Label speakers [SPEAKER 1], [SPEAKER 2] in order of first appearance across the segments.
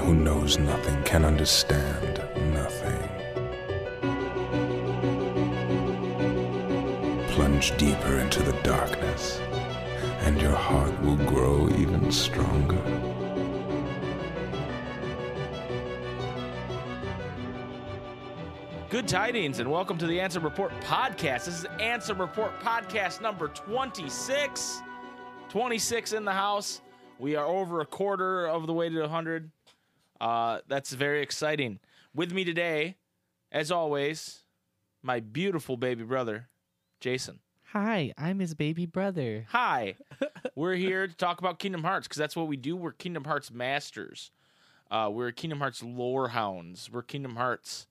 [SPEAKER 1] who knows nothing can understand nothing. Plunge deeper into the darkness, and your heart will grow even stronger.
[SPEAKER 2] Good tidings and welcome to the Answer Report podcast. This is Answer Report podcast number 26. 26 in the house. We are over a quarter of the way to 100. Uh, that's very exciting. With me today, as always, my beautiful baby brother, Jason.
[SPEAKER 3] Hi, I'm his baby brother.
[SPEAKER 2] Hi. We're here to talk about Kingdom Hearts because that's what we do. We're Kingdom Hearts masters. Uh, we're Kingdom Hearts lore hounds. We're Kingdom Hearts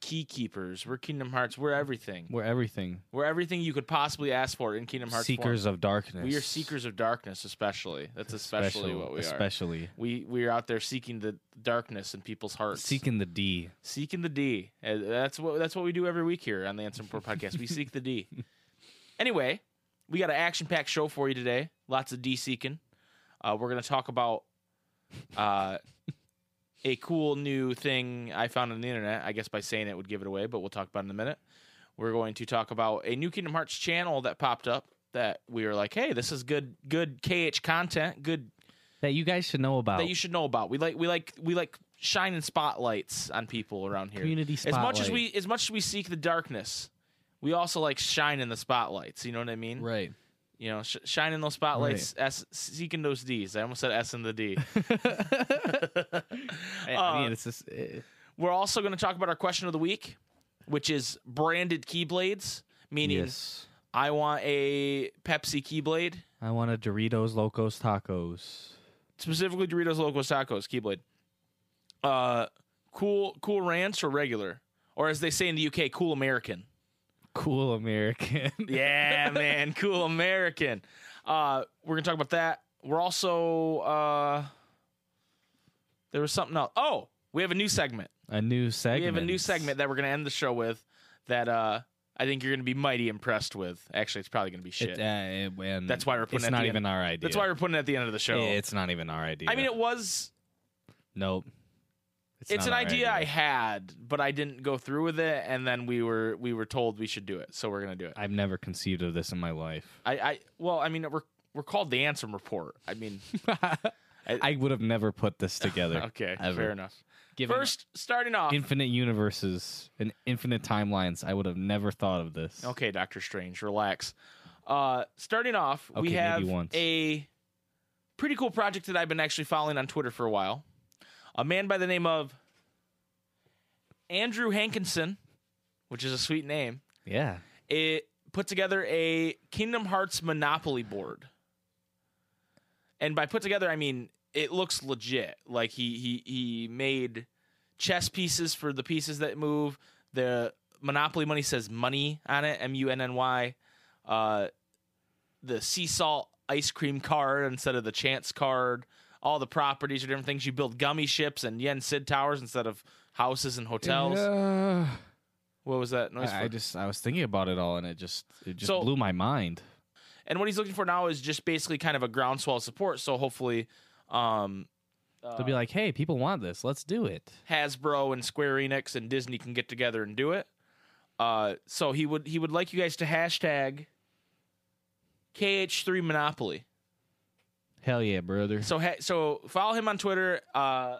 [SPEAKER 2] key keepers. We're Kingdom Hearts. We're everything.
[SPEAKER 4] We're everything.
[SPEAKER 2] We're everything you could possibly ask for in Kingdom Hearts. form.
[SPEAKER 4] seekers of darkness.
[SPEAKER 2] We are seekers of darkness, especially. That's especially
[SPEAKER 4] Special-
[SPEAKER 2] what we are.
[SPEAKER 4] Especially
[SPEAKER 2] We we are out there seeking the darkness in people's hearts.
[SPEAKER 4] seeking the D.
[SPEAKER 2] seeking the D. Uh, That's what that's what we do every week here on the Answer Report podcast. We seek the D. Anyway, we got an action-packed show for you today. Lots of D seeking. Uh, we're gonna talk about uh, a cool new thing I found on the internet. I guess by saying it would give it away, but we'll talk about it in a minute. We're going to talk about a new Kingdom Hearts channel that popped up that we were like, hey, this is good good KH content, good
[SPEAKER 3] That you guys should know about.
[SPEAKER 2] that you should know about. We like we like we like shining spotlights on people around here.
[SPEAKER 3] Community
[SPEAKER 2] As much as
[SPEAKER 3] spotlight.
[SPEAKER 2] we as much as we seek the darkness, we also like shining the spotlights. You know what I mean?
[SPEAKER 4] Right.
[SPEAKER 2] You know, sh- shining those spotlights, S- seeking those D's. I almost said S and the D.
[SPEAKER 3] I,
[SPEAKER 2] uh,
[SPEAKER 3] I mean, it's just, uh,
[SPEAKER 2] We're also going to talk about our question of the week, which is branded keyblades. Meaning,
[SPEAKER 4] Yes.
[SPEAKER 2] I want a Pepsi keyblade,
[SPEAKER 4] I want a Doritos Locos Tacos.
[SPEAKER 2] specifically Doritos Locos Tacos keyblade. Uh, cool, cool ranch or regular, or as they say in the UK, cool American.
[SPEAKER 4] Cool American.
[SPEAKER 2] Yeah, man, cool American. Uh, we're gonna talk about that. We're also uh, there was something else. Oh, we have a new segment.
[SPEAKER 4] a new segment.
[SPEAKER 2] We have a new segment that we're gonna end the show with. That uh, I think you're gonna be mighty impressed with. Actually, it's probably gonna be shit.
[SPEAKER 4] It, uh, it- and
[SPEAKER 2] That's why we're putting
[SPEAKER 4] It's
[SPEAKER 2] it at
[SPEAKER 4] not
[SPEAKER 2] the
[SPEAKER 4] even our idea.
[SPEAKER 2] That's why we're putting it at the end of the show.
[SPEAKER 4] It's not even our idea.
[SPEAKER 2] I mean, it was.
[SPEAKER 4] nope.
[SPEAKER 2] It's,
[SPEAKER 4] not
[SPEAKER 2] an
[SPEAKER 4] our
[SPEAKER 2] idea, I had, but I didn't go through with it, and then we were we were told we should do it, so we're gonna do it.
[SPEAKER 4] I've never conceived of this in my life.
[SPEAKER 2] I, I well, I mean, we're we're called the Ansem Report. I mean,
[SPEAKER 4] I would have never put this together.
[SPEAKER 2] Uh, okay,
[SPEAKER 4] Ever.
[SPEAKER 2] fair enough.
[SPEAKER 4] Given
[SPEAKER 2] First, starting off.
[SPEAKER 4] infinite universes and infinite timelines, I would have never thought of this.
[SPEAKER 2] okay, Doctor Strange, relax. Uh, starting off, we
[SPEAKER 4] Okay, maybe
[SPEAKER 2] have
[SPEAKER 4] once.
[SPEAKER 2] a pretty cool project that I've been actually following on Twitter for a while. A man by the name of Andrew Hankinson, which is a sweet name,
[SPEAKER 4] Yeah.
[SPEAKER 2] it put together a Kingdom Hearts Monopoly board. And by put together, I mean it looks legit. Like he he he made chess pieces for the pieces that move. The Monopoly money says money on it, M U N N Y. Uh, the sea salt ice cream card instead of the chance card. All the properties are different things. You build gummy ships and Yen Sid towers instead of houses and hotels.
[SPEAKER 4] Yeah.
[SPEAKER 2] What was that noise?
[SPEAKER 4] I,
[SPEAKER 2] for?
[SPEAKER 4] I just I was thinking about it all, and it just it just
[SPEAKER 2] So-
[SPEAKER 4] blew my mind.
[SPEAKER 2] and what he's looking for now is just basically kind of a groundswell of support. So hopefully, um,
[SPEAKER 4] They'll be like, "Hey, people want this. Let's do it."
[SPEAKER 2] Hasbro and Square Enix and Disney can get together and do it. Uh, so he would he would like you guys to hashtag KH3 Monopoly.
[SPEAKER 4] Hell yeah, brother!
[SPEAKER 2] So ha- so follow him on Twitter uh,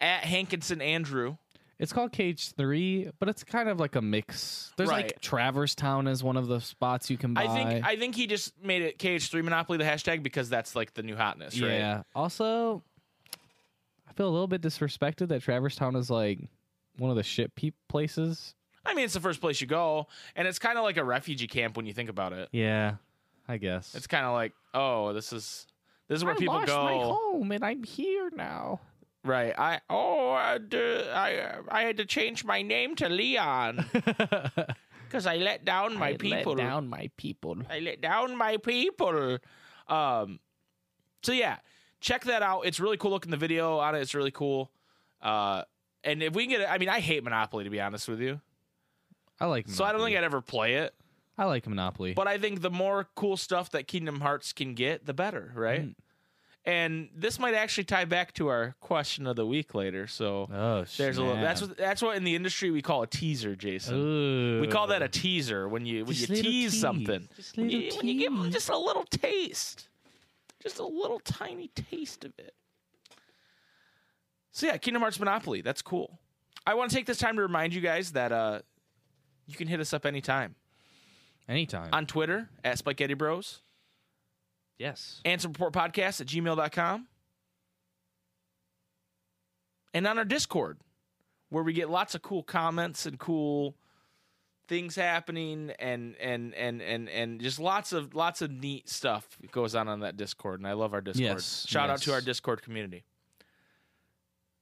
[SPEAKER 2] at Hankinson Andrew.
[SPEAKER 4] It's called Cage Three, but it's kind of like a mix. There's
[SPEAKER 2] Right.
[SPEAKER 4] like Traverse Town is one of the spots you can buy.
[SPEAKER 2] I think I think he just made it KH3 Monopoly the hashtag because that's like the new hotness, right?
[SPEAKER 4] yeah. Also, I feel a little bit disrespected that Traverse Town is like one of the shit peep places.
[SPEAKER 2] I mean, it's the first place you go, and it's kind of like a refugee camp when you think about it.
[SPEAKER 4] Yeah, I guess
[SPEAKER 2] It's kind of like, oh, this is this is where
[SPEAKER 4] I
[SPEAKER 2] people
[SPEAKER 4] lost
[SPEAKER 2] go.
[SPEAKER 4] My home, and I'm here now.
[SPEAKER 2] Right. I oh I d- I I had to change my name to Leon because I let down my
[SPEAKER 4] I
[SPEAKER 2] people.
[SPEAKER 4] let down my people.
[SPEAKER 2] I let down my people. Um. So yeah, check that out. It's really cool looking. The video on it. It's really cool. Uh. And if we can get, it, I mean, I hate Monopoly to be honest with you.
[SPEAKER 4] I like. Monopoly.
[SPEAKER 2] So I don't think I'd ever play it.
[SPEAKER 4] I like Monopoly.
[SPEAKER 2] But I think the more cool stuff that Kingdom Hearts can get, the better, right?
[SPEAKER 4] Mm.
[SPEAKER 2] And this might actually tie back to our question of the week later. So
[SPEAKER 4] Oh,
[SPEAKER 2] there's a little. That's what that's what in the industry we call a teaser, Jason. We call that a teaser when you when
[SPEAKER 3] Just
[SPEAKER 2] you
[SPEAKER 3] little
[SPEAKER 2] tease
[SPEAKER 3] tease.
[SPEAKER 2] something.
[SPEAKER 3] Just
[SPEAKER 2] When you,
[SPEAKER 3] little
[SPEAKER 2] when you give 'em
[SPEAKER 3] tease.
[SPEAKER 2] just a little taste, just a little tiny taste of it. So yeah, Kingdom Hearts Monopoly. That's cool. I want to take this time to remind you guys that uh, you can hit us up anytime
[SPEAKER 4] anytime.
[SPEAKER 2] on Twitter at Spike Eddie Bros,
[SPEAKER 3] yes.
[SPEAKER 2] Answer Report Podcast at gmail.com, and on our Discord, where we get lots of cool comments and cool things happening and and and and and just lots of lots of neat stuff goes on on that Discord, and I love our Discord.
[SPEAKER 4] Yes,
[SPEAKER 2] Shout out to
[SPEAKER 4] yes.
[SPEAKER 2] our Discord community.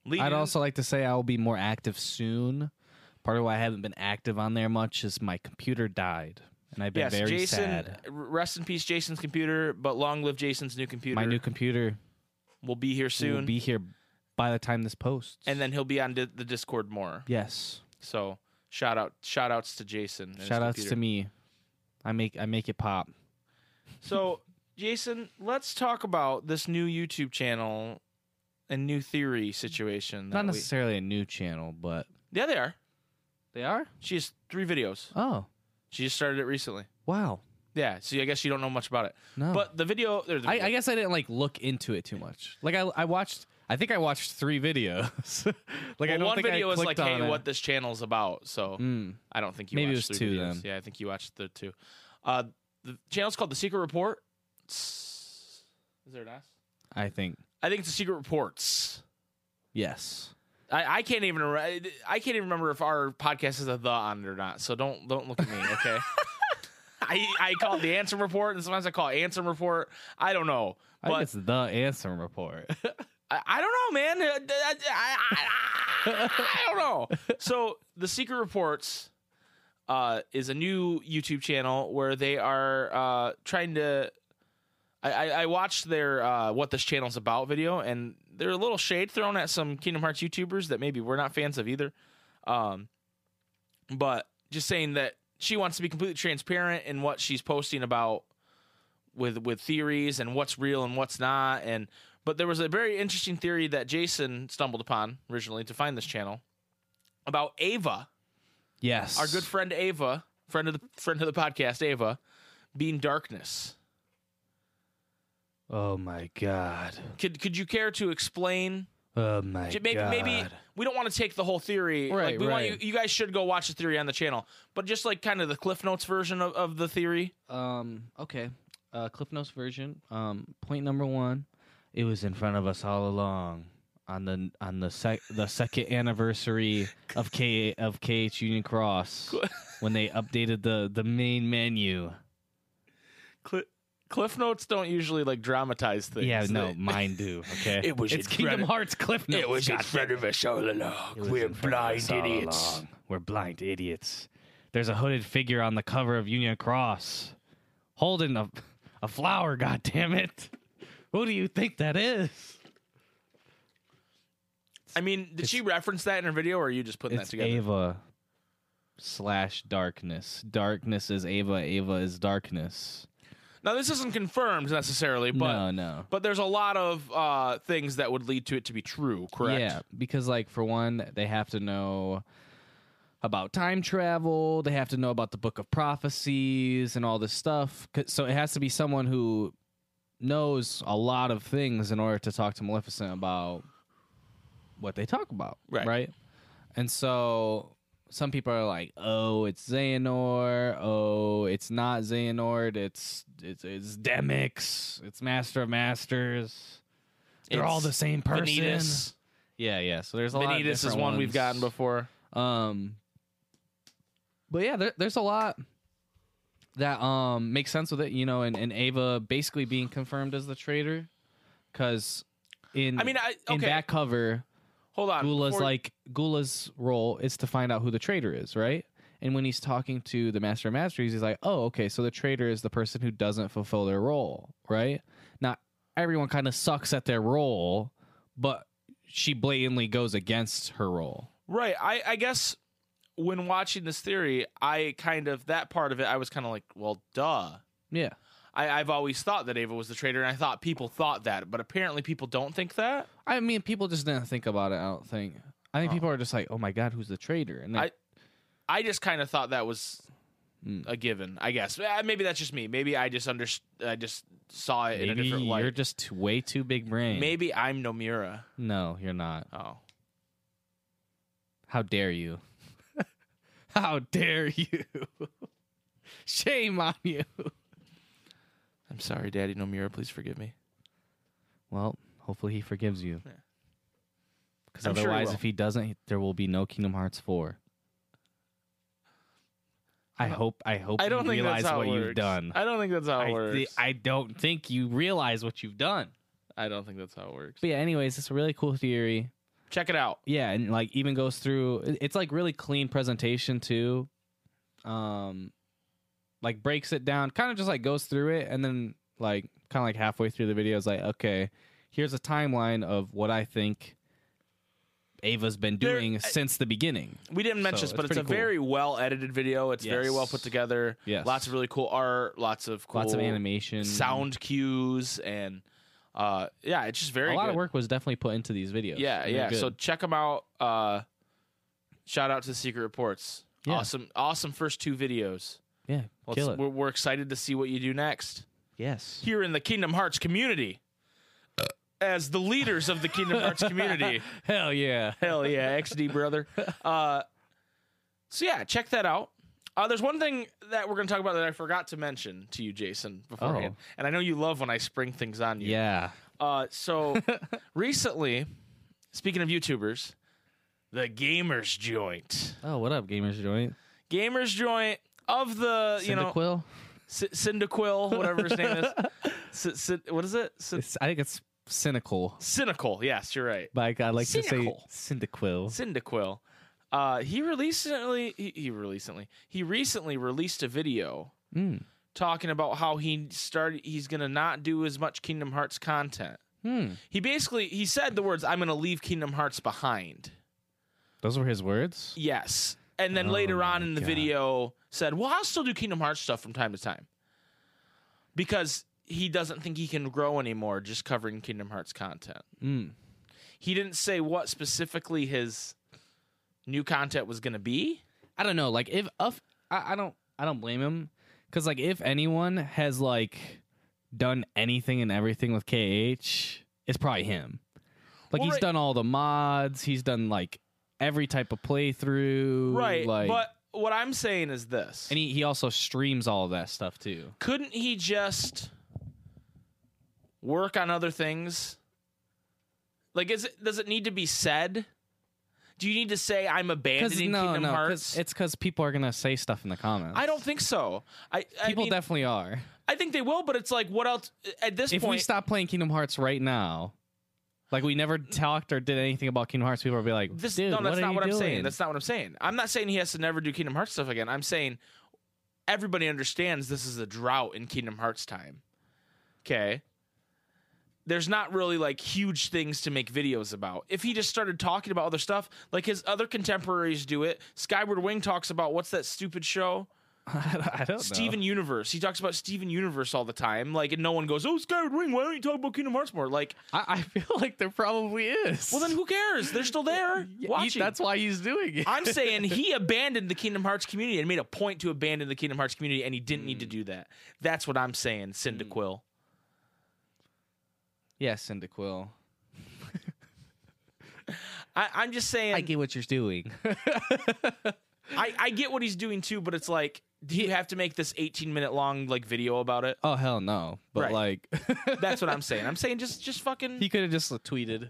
[SPEAKER 2] Leading,
[SPEAKER 4] I'd also like to say I will be more active soon. Part of why I haven't been active on there much is my computer died, and I've been
[SPEAKER 2] yes,
[SPEAKER 4] very
[SPEAKER 2] Jason.
[SPEAKER 4] sad.
[SPEAKER 2] r- Rest in peace, Jason's computer. But long live Jason's new computer.
[SPEAKER 4] My new computer
[SPEAKER 2] will be here
[SPEAKER 4] will
[SPEAKER 2] soon,
[SPEAKER 4] be here by the time this posts.
[SPEAKER 2] and then he'll be on di- the Discord more.
[SPEAKER 4] yes,
[SPEAKER 2] So shout out, shout outs to Jason. and his
[SPEAKER 4] shout outs
[SPEAKER 2] computer.
[SPEAKER 4] to me. I make I make it pop.
[SPEAKER 2] So Jason, let's talk about this new YouTube channel and new theory situation. That
[SPEAKER 4] Not
[SPEAKER 2] we-
[SPEAKER 4] necessarily a new channel, but
[SPEAKER 2] yeah, they are.
[SPEAKER 4] they are.
[SPEAKER 2] She has three videos.
[SPEAKER 4] Oh
[SPEAKER 2] She just started it recently.
[SPEAKER 4] wow,
[SPEAKER 2] Yeah, so I guess you don't know much about it.
[SPEAKER 4] no.
[SPEAKER 2] But the video, or the
[SPEAKER 4] I, I guess I didn't like look into it too much. Like I, I watched. I think I watched three videos. like I
[SPEAKER 2] well,
[SPEAKER 4] don't
[SPEAKER 2] one
[SPEAKER 4] think
[SPEAKER 2] video
[SPEAKER 4] I
[SPEAKER 2] is
[SPEAKER 4] clicked
[SPEAKER 2] like, hey,
[SPEAKER 4] on it.
[SPEAKER 2] what this channel's about. So
[SPEAKER 4] Mm.
[SPEAKER 2] I don't think you
[SPEAKER 4] Maybe it
[SPEAKER 2] watched
[SPEAKER 4] was
[SPEAKER 2] three
[SPEAKER 4] two
[SPEAKER 2] videos.
[SPEAKER 4] then.
[SPEAKER 2] Yeah, I think you watched the two. Uh, the channel's called The Secret Report. Is there an S?
[SPEAKER 4] I think
[SPEAKER 2] I think it's The Secret Reports.
[SPEAKER 4] yes.
[SPEAKER 2] I, I can't even re- I can't even remember if our podcast is a the on it or not. So don't don't look at me, okay? I I call it the answer report, and sometimes I call it answer report. I don't know,
[SPEAKER 4] I think
[SPEAKER 2] but
[SPEAKER 4] it's the answer report.
[SPEAKER 2] I, I don't know, man. Uh, I, I, I- I don't know. So the secret reports uh, is a new YouTube channel where they are uh, trying to. I, I, I watched their uh, what this channel's about video, and they're a little shade thrown at some Kingdom Hearts YouTubers that maybe we're not fans of either. Um, but just saying that she wants to be completely transparent in what she's posting about with with theories and what's real and what's not and but there was a very interesting theory that Jason stumbled upon originally to find this channel about Ava,
[SPEAKER 4] yes,
[SPEAKER 2] our good friend Ava, friend of the friend of the podcast Ava, being darkness.
[SPEAKER 4] Oh my god.
[SPEAKER 2] Could could you care to explain?
[SPEAKER 4] Oh my
[SPEAKER 2] J- Maybe
[SPEAKER 4] god.
[SPEAKER 2] maybe we don't want to take the whole theory. like
[SPEAKER 4] Right,
[SPEAKER 2] we want you,
[SPEAKER 4] right.
[SPEAKER 2] you guys should go watch the theory on the channel, but just like kind of the Cliff Notes version of, of the theory.
[SPEAKER 4] Um. Okay. Uh, Cliff Notes version. Um. Point number one. It was in front of us all along on the on the sec- the second anniversary of K of KH Union Cross when they updated the the main menu.
[SPEAKER 2] Cl- Cliff Notes don't usually like dramatize things.
[SPEAKER 4] yeah. No,
[SPEAKER 2] They-
[SPEAKER 4] mine do. Okay.
[SPEAKER 2] It was
[SPEAKER 4] It's
[SPEAKER 2] in
[SPEAKER 4] Kingdom
[SPEAKER 2] front of-
[SPEAKER 4] Hearts Cliff Notes. God damn
[SPEAKER 2] of us all along.
[SPEAKER 4] It was in front of us all along. We're blind idiots. There's a hooded figure on the cover of Union Cross holding a, a flower, God damn it! Who do you think that is?
[SPEAKER 2] I mean, did
[SPEAKER 4] It's-
[SPEAKER 2] she reference that in her video, or are you just putting that
[SPEAKER 4] It's
[SPEAKER 2] together?
[SPEAKER 4] Ava slash darkness. Darkness is Ava, Ava is darkness.
[SPEAKER 2] Now, this isn't confirmed necessarily, but
[SPEAKER 4] no, no.
[SPEAKER 2] but there's a lot of uh, things that would lead to it to be true. Correct?
[SPEAKER 4] Yeah, because like for one, they have to know about time travel. They have to know about the Book of Prophecies and all this stuff. 'Cause- So it has to be someone who knows a lot of things in order to talk to Maleficent about what they talk about,
[SPEAKER 2] Right.
[SPEAKER 4] And so some people are like, "Oh, it's Xehanort. Oh, it's not Xehanort. It's it's it's Demix. It's Master of Masters. They're all
[SPEAKER 2] It's
[SPEAKER 4] the same person."
[SPEAKER 2] Vanitas.
[SPEAKER 4] Yeah, yeah. So there's a lot. Of
[SPEAKER 2] Vanitas is
[SPEAKER 4] different
[SPEAKER 2] one we've
[SPEAKER 4] ones.
[SPEAKER 2] gotten before.
[SPEAKER 4] Um, but yeah, there, there's a lot that um makes sense with it, you know, and, and Ava basically being confirmed as the traitor, because in
[SPEAKER 2] I mean, I okay.
[SPEAKER 4] in back cover,
[SPEAKER 2] hold on.
[SPEAKER 4] Gula's
[SPEAKER 2] Uh, before-
[SPEAKER 4] like Gula's role is to find out who the traitor is, right? And when he's talking to the Master of Masteries, he's like, "Oh, okay, so the traitor is the person who doesn't fulfill their role, right? Now everyone kind of sucks at their role, but she blatantly goes against her role.
[SPEAKER 2] right. I I guess when watching this theory, I kind of that part of it, I was kind of like, well, duh.
[SPEAKER 4] Yeah,
[SPEAKER 2] I, I've always thought that Ava was the traitor, and I thought people thought that, but apparently people don't think that.
[SPEAKER 4] I mean, people just didn't think about it. I don't think. I think
[SPEAKER 2] Oh.
[SPEAKER 4] people are just like, "Oh my god, who's the traitor?" And they,
[SPEAKER 2] I- I just kind of thought that was
[SPEAKER 4] Mm.
[SPEAKER 2] a given. I guess Uh, maybe that's just me. Maybe I just under I just saw it in a
[SPEAKER 4] maybe
[SPEAKER 2] different
[SPEAKER 4] you're
[SPEAKER 2] light.
[SPEAKER 4] just too- way too big brain.
[SPEAKER 2] Maybe I'm Nomura.
[SPEAKER 4] no, you're not.
[SPEAKER 2] Oh,
[SPEAKER 4] How dare you? How dare you? Shame on you.
[SPEAKER 2] I'm sorry, Daddy Nomura. Please forgive me.
[SPEAKER 4] Well, hopefully he forgives you.
[SPEAKER 2] Yeah.
[SPEAKER 4] Because
[SPEAKER 2] I'm sure he
[SPEAKER 4] otherwise,
[SPEAKER 2] will.
[SPEAKER 4] if he doesn't, he- there will be no Kingdom Hearts four. I
[SPEAKER 2] No.
[SPEAKER 4] hope. I hope
[SPEAKER 2] I don't
[SPEAKER 4] you
[SPEAKER 2] think
[SPEAKER 4] realize
[SPEAKER 2] that's how
[SPEAKER 4] what
[SPEAKER 2] it works.
[SPEAKER 4] you've done.
[SPEAKER 2] I don't think that's how it
[SPEAKER 4] I,
[SPEAKER 2] works.
[SPEAKER 4] thi- I don't think you realize what you've done.
[SPEAKER 2] I don't think that's how it works.
[SPEAKER 4] But yeah, anyways, it's a really cool theory.
[SPEAKER 2] Check it out.
[SPEAKER 4] Yeah, and like even goes through. it- It's like really clean presentation too. Um, like breaks it down, kind of just like goes through it, and then like kind of like halfway through the video is like, okay, here's a timeline of what I think Ava's been
[SPEAKER 2] There-
[SPEAKER 4] doing
[SPEAKER 2] I-
[SPEAKER 4] since the beginning.
[SPEAKER 2] We didn't mention
[SPEAKER 4] So,
[SPEAKER 2] this, but
[SPEAKER 4] it's
[SPEAKER 2] it's a
[SPEAKER 4] pretty cool.
[SPEAKER 2] very well edited video. It's very well put
[SPEAKER 4] Yes.
[SPEAKER 2] together.
[SPEAKER 4] Yes,
[SPEAKER 2] Lots of really cool art. Lots of cool
[SPEAKER 4] lots of animation,
[SPEAKER 2] sound cues, and uh, yeah, it's just very
[SPEAKER 4] a lot
[SPEAKER 2] good.
[SPEAKER 4] of work was definitely put into these videos.
[SPEAKER 2] Yeah,
[SPEAKER 4] and they're
[SPEAKER 2] yeah. So
[SPEAKER 4] good.
[SPEAKER 2] check them out. Uh, shout out to the Secret Reports.
[SPEAKER 4] Yeah.
[SPEAKER 2] Awesome, awesome first two videos.
[SPEAKER 4] yeah,
[SPEAKER 2] Let's-
[SPEAKER 4] kill it.
[SPEAKER 2] We're, we're excited to see what you do next
[SPEAKER 4] Yes,
[SPEAKER 2] here in the Kingdom Hearts community. As the leaders of the Kingdom Hearts community,
[SPEAKER 4] hell yeah.
[SPEAKER 2] hell yeah, XD brother. Uh, so yeah, check that out. Uh, there's one thing that we're going to talk about that I forgot to mention to you, Jason, beforehand, and I know you love when I spring things on you.
[SPEAKER 4] Yeah.
[SPEAKER 2] Uh, so recently, speaking of YouTubers, the Gamers Joint,
[SPEAKER 4] Oh, what up, gamers joint?
[SPEAKER 2] Gamers Joint of the you know
[SPEAKER 4] Cyndaquil?
[SPEAKER 2] C- Cyndaquil, whatever his name is. C- C- what is it? C-
[SPEAKER 4] It's- I think it's cynical,
[SPEAKER 2] Cynical. Yes, you're right.
[SPEAKER 4] but like, I like
[SPEAKER 2] Cynical.
[SPEAKER 4] to say Cyndaquil.
[SPEAKER 2] Cyndaquil. Uh, he recently he, he recently he recently released a video
[SPEAKER 4] Mm.
[SPEAKER 2] talking about how he started he's gonna not do as much Kingdom Hearts content.
[SPEAKER 4] Hmm.
[SPEAKER 2] He basically he said the words I'm gonna leave Kingdom Hearts behind.
[SPEAKER 4] Those were his words.
[SPEAKER 2] Yes. And then
[SPEAKER 4] Oh
[SPEAKER 2] later on
[SPEAKER 4] my
[SPEAKER 2] in the
[SPEAKER 4] God.
[SPEAKER 2] video said, "Well, I'll still do Kingdom Hearts stuff from time to time." Because he doesn't think he can grow anymore just covering Kingdom Hearts content.
[SPEAKER 4] Mm.
[SPEAKER 2] He didn't say what specifically his new content was going to be.
[SPEAKER 4] I don't know. Like if of, I, I don't I don't blame him because like if anyone has like done anything and everything with KH, it's probably him. Like
[SPEAKER 2] Well,
[SPEAKER 4] he's
[SPEAKER 2] right-
[SPEAKER 4] done all the mods. He's done like every type of playthrough.
[SPEAKER 2] Right.
[SPEAKER 4] Like,
[SPEAKER 2] but what I'm saying is this.
[SPEAKER 4] and he, he also streams all of that stuff too.
[SPEAKER 2] couldn't he just work on other things? Like is it does it need to be said? Do you need to say I'm
[SPEAKER 4] Because
[SPEAKER 2] abandoning
[SPEAKER 4] no,
[SPEAKER 2] Kingdom
[SPEAKER 4] no, 'cause
[SPEAKER 2] Hearts?
[SPEAKER 4] it's because people are gonna say stuff in the comments.
[SPEAKER 2] I don't think so. I I,
[SPEAKER 4] People
[SPEAKER 2] mean,
[SPEAKER 4] definitely are.
[SPEAKER 2] I think they will, but it's like what else at this
[SPEAKER 4] if we
[SPEAKER 2] point?
[SPEAKER 4] stop playing Kingdom Hearts right now, like we never talked or did anything about Kingdom Hearts, people would be like,
[SPEAKER 2] this
[SPEAKER 4] Dude,
[SPEAKER 2] no, that's
[SPEAKER 4] what are
[SPEAKER 2] not
[SPEAKER 4] you
[SPEAKER 2] what I'm saying.
[SPEAKER 4] doing?"
[SPEAKER 2] That's not what I'm saying. I'm not saying he has to never do Kingdom Hearts stuff again. I'm saying everybody understands this is a drought in Kingdom Hearts time. Okay. There's not really like huge things to make videos about. If he just started talking about other stuff, like his other contemporaries do it, Skyward Wing talks about what's that stupid show?
[SPEAKER 4] I don't know.
[SPEAKER 2] Steven Universe. He talks about Steven Universe all the time. Like, and no one goes, "Oh, Skyward Wing, why don't you talk about Kingdom Hearts more?" Like,
[SPEAKER 4] I, I feel like there probably is.
[SPEAKER 2] well, then who cares? They're still there
[SPEAKER 4] He-
[SPEAKER 2] watching.
[SPEAKER 4] that's why he's doing it.
[SPEAKER 2] I'm saying he abandoned the Kingdom Hearts community and made a point to abandon the Kingdom Hearts community, and he didn't
[SPEAKER 4] Mm.
[SPEAKER 2] need to do that. That's what I'm saying, Cyndaquil.
[SPEAKER 4] yeah, Cyndaquil.
[SPEAKER 2] I, I'm just saying,
[SPEAKER 4] I
[SPEAKER 2] I
[SPEAKER 4] get what you're doing.
[SPEAKER 2] I, get what he's doing too, but it's like, do you have to make this 18 minute long like video about it?
[SPEAKER 4] oh hell no!
[SPEAKER 2] Right.
[SPEAKER 4] But like,
[SPEAKER 2] That's what I'm saying. I'm saying just, just fucking
[SPEAKER 4] he could have just tweeted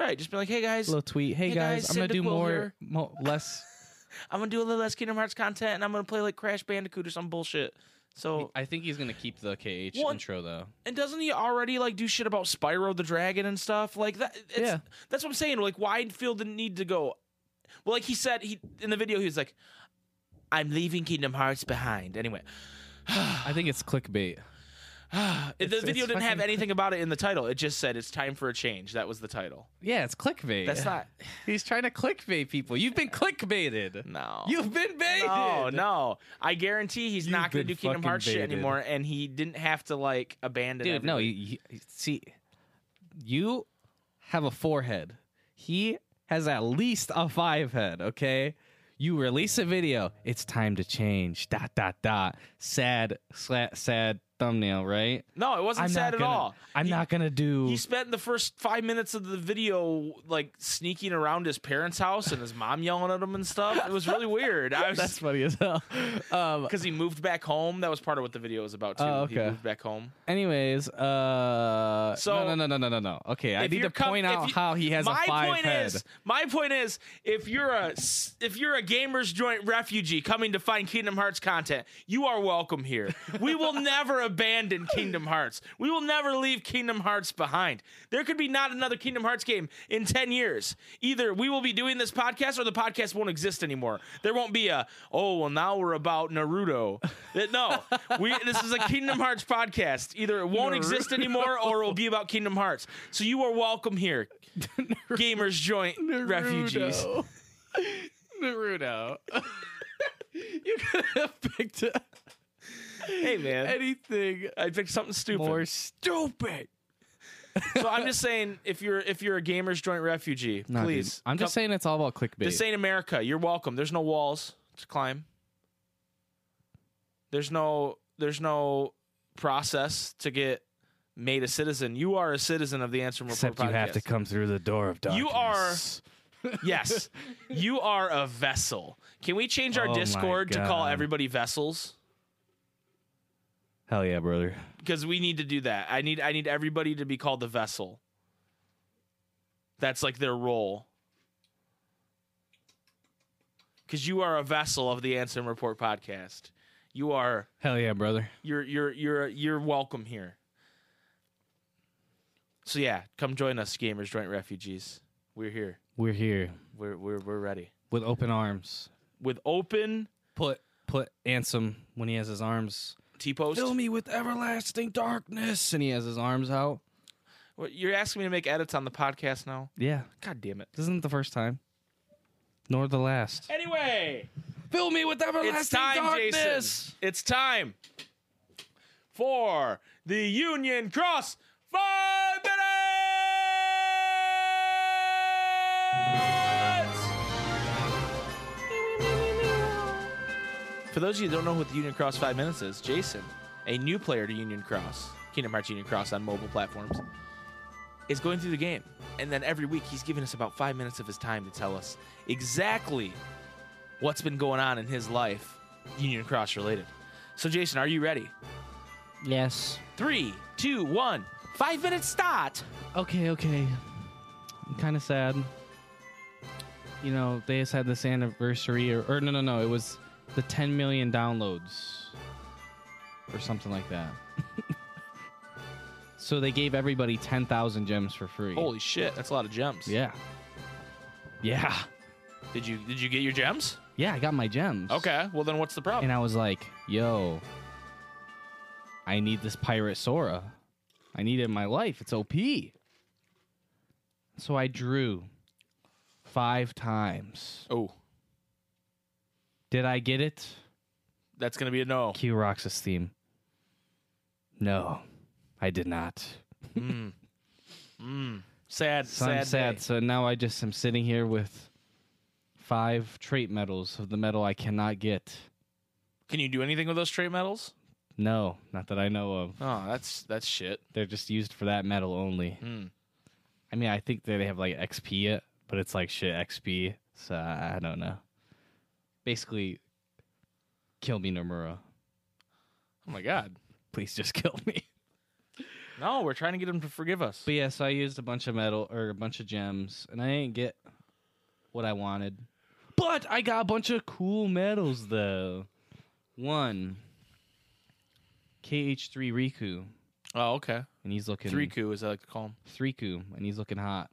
[SPEAKER 2] right. Just be like, hey guys,
[SPEAKER 4] little tweet. Hey,
[SPEAKER 2] Hey,
[SPEAKER 4] guys,
[SPEAKER 2] guys,
[SPEAKER 4] I'm gonna do
[SPEAKER 2] Cyndaquil
[SPEAKER 4] more,
[SPEAKER 2] here."
[SPEAKER 4] mo- less.
[SPEAKER 2] I'm gonna do a little less Kingdom Hearts content, and I'm gonna play like Crash Bandicoot or some bullshit. So
[SPEAKER 4] I think he's gonna keep the KH
[SPEAKER 2] Well,
[SPEAKER 4] intro though.
[SPEAKER 2] And doesn't he already like do shit about Spyro the Dragon and stuff? Like that it's,
[SPEAKER 4] Yeah.
[SPEAKER 2] that's what I'm saying. Like why feel the need to go Well, like he said he in the video he was like I'm leaving Kingdom Hearts behind. Anyway.
[SPEAKER 4] I think it's clickbait.
[SPEAKER 2] the
[SPEAKER 4] It's-
[SPEAKER 2] video
[SPEAKER 4] it's
[SPEAKER 2] didn't have
[SPEAKER 4] fucking-
[SPEAKER 2] anything about it in the title. It just said it's time for a change. That was the title.
[SPEAKER 4] Yeah, it's clickbait.
[SPEAKER 2] That's not
[SPEAKER 4] He's trying to clickbait people. You've been clickbaited.
[SPEAKER 2] no.
[SPEAKER 4] You've been baited.
[SPEAKER 2] no, no. I guarantee he's
[SPEAKER 4] You've
[SPEAKER 2] not gonna
[SPEAKER 4] been
[SPEAKER 2] do Kingdom
[SPEAKER 4] fucking
[SPEAKER 2] Hearts shit
[SPEAKER 4] baited.
[SPEAKER 2] anymore, and he didn't have to like abandon.
[SPEAKER 4] dude. No,
[SPEAKER 2] everything.
[SPEAKER 4] you, you- see, you have a forehead. He has at least a five head. Okay, you release a video. It's time to change. Dot dot dot. Sad, sla- sad thumbnail. Right?
[SPEAKER 2] no, it wasn't
[SPEAKER 4] not
[SPEAKER 2] sad at
[SPEAKER 4] gonna-
[SPEAKER 2] all.
[SPEAKER 4] I'm
[SPEAKER 2] He-
[SPEAKER 4] not gonna do.
[SPEAKER 2] He spent the first five minutes of the video like sneaking around his parents' house and his mom yelling at him and stuff. It was really weird. I was
[SPEAKER 4] That's funny as hell. Um,
[SPEAKER 2] because he moved back home. That was part of what the video was about too.
[SPEAKER 4] Oh,
[SPEAKER 2] He
[SPEAKER 4] okay.
[SPEAKER 2] moved back home.
[SPEAKER 4] anyways, uh,
[SPEAKER 2] So-
[SPEAKER 4] no, no, no, no, no, no. Okay, I
[SPEAKER 2] If
[SPEAKER 4] need
[SPEAKER 2] you're
[SPEAKER 4] to
[SPEAKER 2] com-
[SPEAKER 4] point
[SPEAKER 2] if
[SPEAKER 4] out
[SPEAKER 2] you-
[SPEAKER 4] how he has a
[SPEAKER 2] my
[SPEAKER 4] five
[SPEAKER 2] point
[SPEAKER 4] head.
[SPEAKER 2] is my point is if you're a s- if you're a gamers joint refugee coming to find kingdom hearts content you are welcome here we will never abandon kingdom hearts we will never leave kingdom hearts behind there could be not another kingdom hearts game in 10 years either we will be doing this podcast or the podcast won't exist anymore there won't be a oh well now we're about naruto That- no we this is a kingdom hearts podcast either it won't exist anymore or it will be about kingdom hearts so you are welcome here gamers joint refugees.
[SPEAKER 4] Naruto. you could have picked
[SPEAKER 2] Hey man,
[SPEAKER 4] anything
[SPEAKER 2] I picked something stupid.
[SPEAKER 4] more stupid.
[SPEAKER 2] so I'm just saying, if you're if you're a gamers joint refugee, please,
[SPEAKER 4] I'm just
[SPEAKER 2] come-
[SPEAKER 4] saying it's all about clickbait.
[SPEAKER 2] this ain't America. You're welcome. There's no walls to climb. There's no there's no process to get made a citizen. You are a citizen of the Answer Report
[SPEAKER 4] Except you have to
[SPEAKER 2] podcast.
[SPEAKER 4] come through the door of darkness.
[SPEAKER 2] You are- Yes, you are a vessel. Can we change our
[SPEAKER 4] Oh my
[SPEAKER 2] Discord to call
[SPEAKER 4] God.
[SPEAKER 2] everybody vessels?
[SPEAKER 4] Hell yeah, brother.
[SPEAKER 2] because we need to do that. I need I need everybody to be called the vessel. That's like their role. Because you are a vessel of the Anson Report podcast. You are
[SPEAKER 4] Hell yeah, brother.
[SPEAKER 2] you're you're you're you're welcome here. So yeah, come join us, gamers, joint refugees. We're here.
[SPEAKER 4] We're here
[SPEAKER 2] We're we're we're ready
[SPEAKER 4] with open arms.
[SPEAKER 2] with open
[SPEAKER 4] Put put Ansem when he has his arms.
[SPEAKER 2] T post.
[SPEAKER 4] Fill me with everlasting darkness, and he has his arms out.
[SPEAKER 2] You're asking me to make edits on the podcast now.
[SPEAKER 4] Yeah,
[SPEAKER 2] God damn it.
[SPEAKER 4] this isn't the first time, nor the last.
[SPEAKER 2] Anyway.
[SPEAKER 4] Fill me with everlasting
[SPEAKER 2] It's time,
[SPEAKER 4] darkness.
[SPEAKER 2] Jason. It's time for the Union Cross Five Minutes! For those of you who don't know what the Union Cross Five Minutes is, Jason, a new player to Union Cross, Kingdom Hearts Union Cross on mobile platforms, is going through the game. And then every week he's giving us about five minutes of his time to tell us exactly what's been going on in his life, Union Cross related. So, Jason, are you ready?
[SPEAKER 4] Yes.
[SPEAKER 2] Three, two, one. Five minutes start.
[SPEAKER 4] Okay, okay. I'm kind of sad. You know, they just had this anniversary, or, or no, no, no, it was the 10 million downloads, or something like that. so they gave everybody 10,000 gems for free.
[SPEAKER 2] Holy shit, that's a lot of gems.
[SPEAKER 4] yeah, yeah,
[SPEAKER 2] Did you did you get your gems?
[SPEAKER 4] yeah. I got my gems.
[SPEAKER 2] Okay. Well, then what's the problem?
[SPEAKER 4] And I was like, yo, I need this pirate Sora. I need it in my life. It's OP. So I drew five times.
[SPEAKER 2] oh,
[SPEAKER 4] Did I get it?
[SPEAKER 2] that's gonna be a no.
[SPEAKER 4] Q Roxas theme. No, I did not.
[SPEAKER 2] Mm. Mm. Sad.
[SPEAKER 4] So
[SPEAKER 2] sad.
[SPEAKER 4] I'm sad.
[SPEAKER 2] day.
[SPEAKER 4] So now I just am sitting here with five trait medals of the medal I cannot get.
[SPEAKER 2] Can you do anything with those trait medals?
[SPEAKER 4] No, not that I know of.
[SPEAKER 2] Oh, that's that's shit.
[SPEAKER 4] They're just used for that medal only.
[SPEAKER 2] Mm.
[SPEAKER 4] I mean, I think that they have like XP it, but it's like shit XP. So I I don't know. Basically, kill me, Nomura.
[SPEAKER 2] Oh my god.
[SPEAKER 4] Please just kill me.
[SPEAKER 2] No, we're trying to get him to forgive us.
[SPEAKER 4] But yeah, so I used a bunch of metal or a bunch of gems, and I didn't get what I wanted. But I got a bunch of cool medals though. One, KH3 Riku,
[SPEAKER 2] oh, okay.
[SPEAKER 4] and he's looking
[SPEAKER 2] Three coup is that like to call him?
[SPEAKER 4] Threeku, and he's looking hot.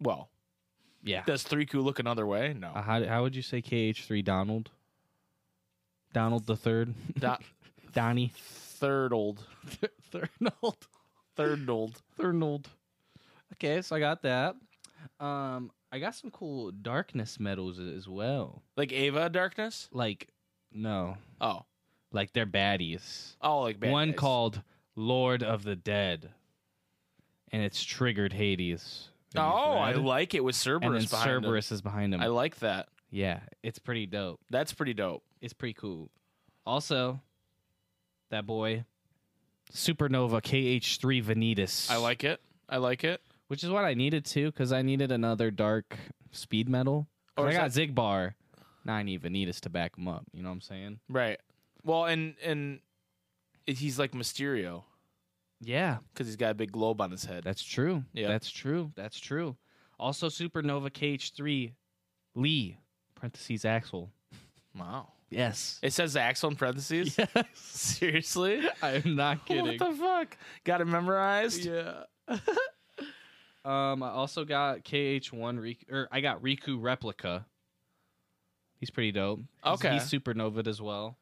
[SPEAKER 2] Well,
[SPEAKER 4] Yeah.
[SPEAKER 2] does three coup look another way? No.
[SPEAKER 4] Uh, how, how would you say KH3 Donald? Donald the third.
[SPEAKER 2] Do-
[SPEAKER 4] Donnie.
[SPEAKER 2] Third old.
[SPEAKER 4] Thurnold.
[SPEAKER 2] Third old.
[SPEAKER 4] Thurnold. Okay, so I got that. Um, I got some cool darkness metals as well.
[SPEAKER 2] Like Ava Darkness?
[SPEAKER 4] Like, no,
[SPEAKER 2] Oh.
[SPEAKER 4] like they're baddies.
[SPEAKER 2] Oh, like bad
[SPEAKER 4] One
[SPEAKER 2] guys.
[SPEAKER 4] called Lord of the Dead, and it's triggered Hades.
[SPEAKER 2] Oh,
[SPEAKER 4] Have you
[SPEAKER 2] I
[SPEAKER 4] read?
[SPEAKER 2] like it with Cerberus
[SPEAKER 4] And then
[SPEAKER 2] behind him.
[SPEAKER 4] Cerberus is behind him.
[SPEAKER 2] I like that.
[SPEAKER 4] yeah, it's pretty dope.
[SPEAKER 2] That's pretty dope.
[SPEAKER 4] It's pretty cool. Also, that boy, Supernova KH3 Vanitas.
[SPEAKER 2] I like it. I like it.
[SPEAKER 4] which is what I needed too, because I needed another dark speed metal. 'Cause
[SPEAKER 2] Or
[SPEAKER 4] I
[SPEAKER 2] is
[SPEAKER 4] got Zigbar, now I need Vanitas to back him up. You know what I'm saying?
[SPEAKER 2] Right. Well, and and it- he's like Mysterio
[SPEAKER 4] Yeah,
[SPEAKER 2] because he's got a big globe on his head.
[SPEAKER 4] that's true.
[SPEAKER 2] Yeah.
[SPEAKER 4] that's true. That's true. Also, Supernova KH3 Lee parentheses Axel.
[SPEAKER 2] Wow.
[SPEAKER 4] Yes.
[SPEAKER 2] It says Axel in parentheses.
[SPEAKER 4] Yes.
[SPEAKER 2] Seriously?
[SPEAKER 4] I am not kidding.
[SPEAKER 2] What the fuck? Got it memorized?
[SPEAKER 4] yeah. um, I also got KH1 Riku, or I got Riku replica. He's pretty dope. He's-
[SPEAKER 2] Okay.
[SPEAKER 4] He's supernovaed as well.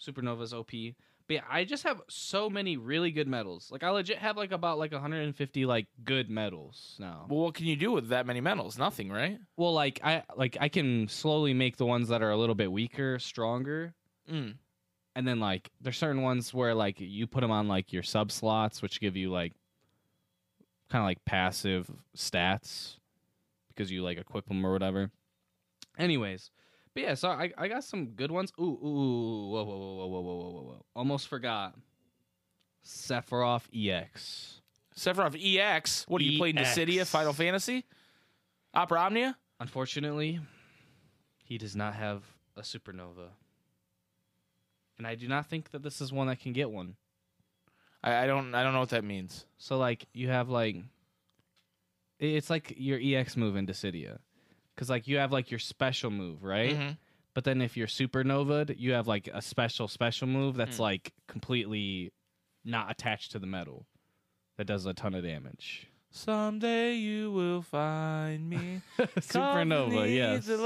[SPEAKER 4] Supernova's OP. But yeah, I just have so many really good medals. Like I legit have like about like 150 like good medals now.
[SPEAKER 2] Well, what can you do with that many medals? Nothing, right?
[SPEAKER 4] Well, like I like I can slowly make the ones that are a little bit weaker stronger.
[SPEAKER 2] Mm.
[SPEAKER 4] and then like there's certain ones where like you put them on like your sub slots which give you like kind of like passive stats because you like equip them or whatever anyways but yeah so i, I got some good ones ooh ooh, ooh whoa whoa whoa whoa whoa whoa whoa whoa whoa almost forgot sephiroth E ex
[SPEAKER 2] Sephiroth EX. What do you play
[SPEAKER 4] E
[SPEAKER 2] in the city of
[SPEAKER 4] EX.
[SPEAKER 2] Final Fantasy? Opera Omnia?
[SPEAKER 4] unfortunately he does not have a supernova and i do not think that this is one that can get one
[SPEAKER 2] I, I don't I don't know what that means.
[SPEAKER 4] So like you have like i- it's like your EX move in Dissidia. Cause like you have like your special move, right?
[SPEAKER 2] Mhm.
[SPEAKER 4] But then if you're supernova, you have like a special special move that's
[SPEAKER 2] Mm.
[SPEAKER 4] like completely not attached to the metal. That does a ton of damage.
[SPEAKER 2] Someday you will find me.
[SPEAKER 4] supernova,
[SPEAKER 2] Company
[SPEAKER 4] yes.
[SPEAKER 2] The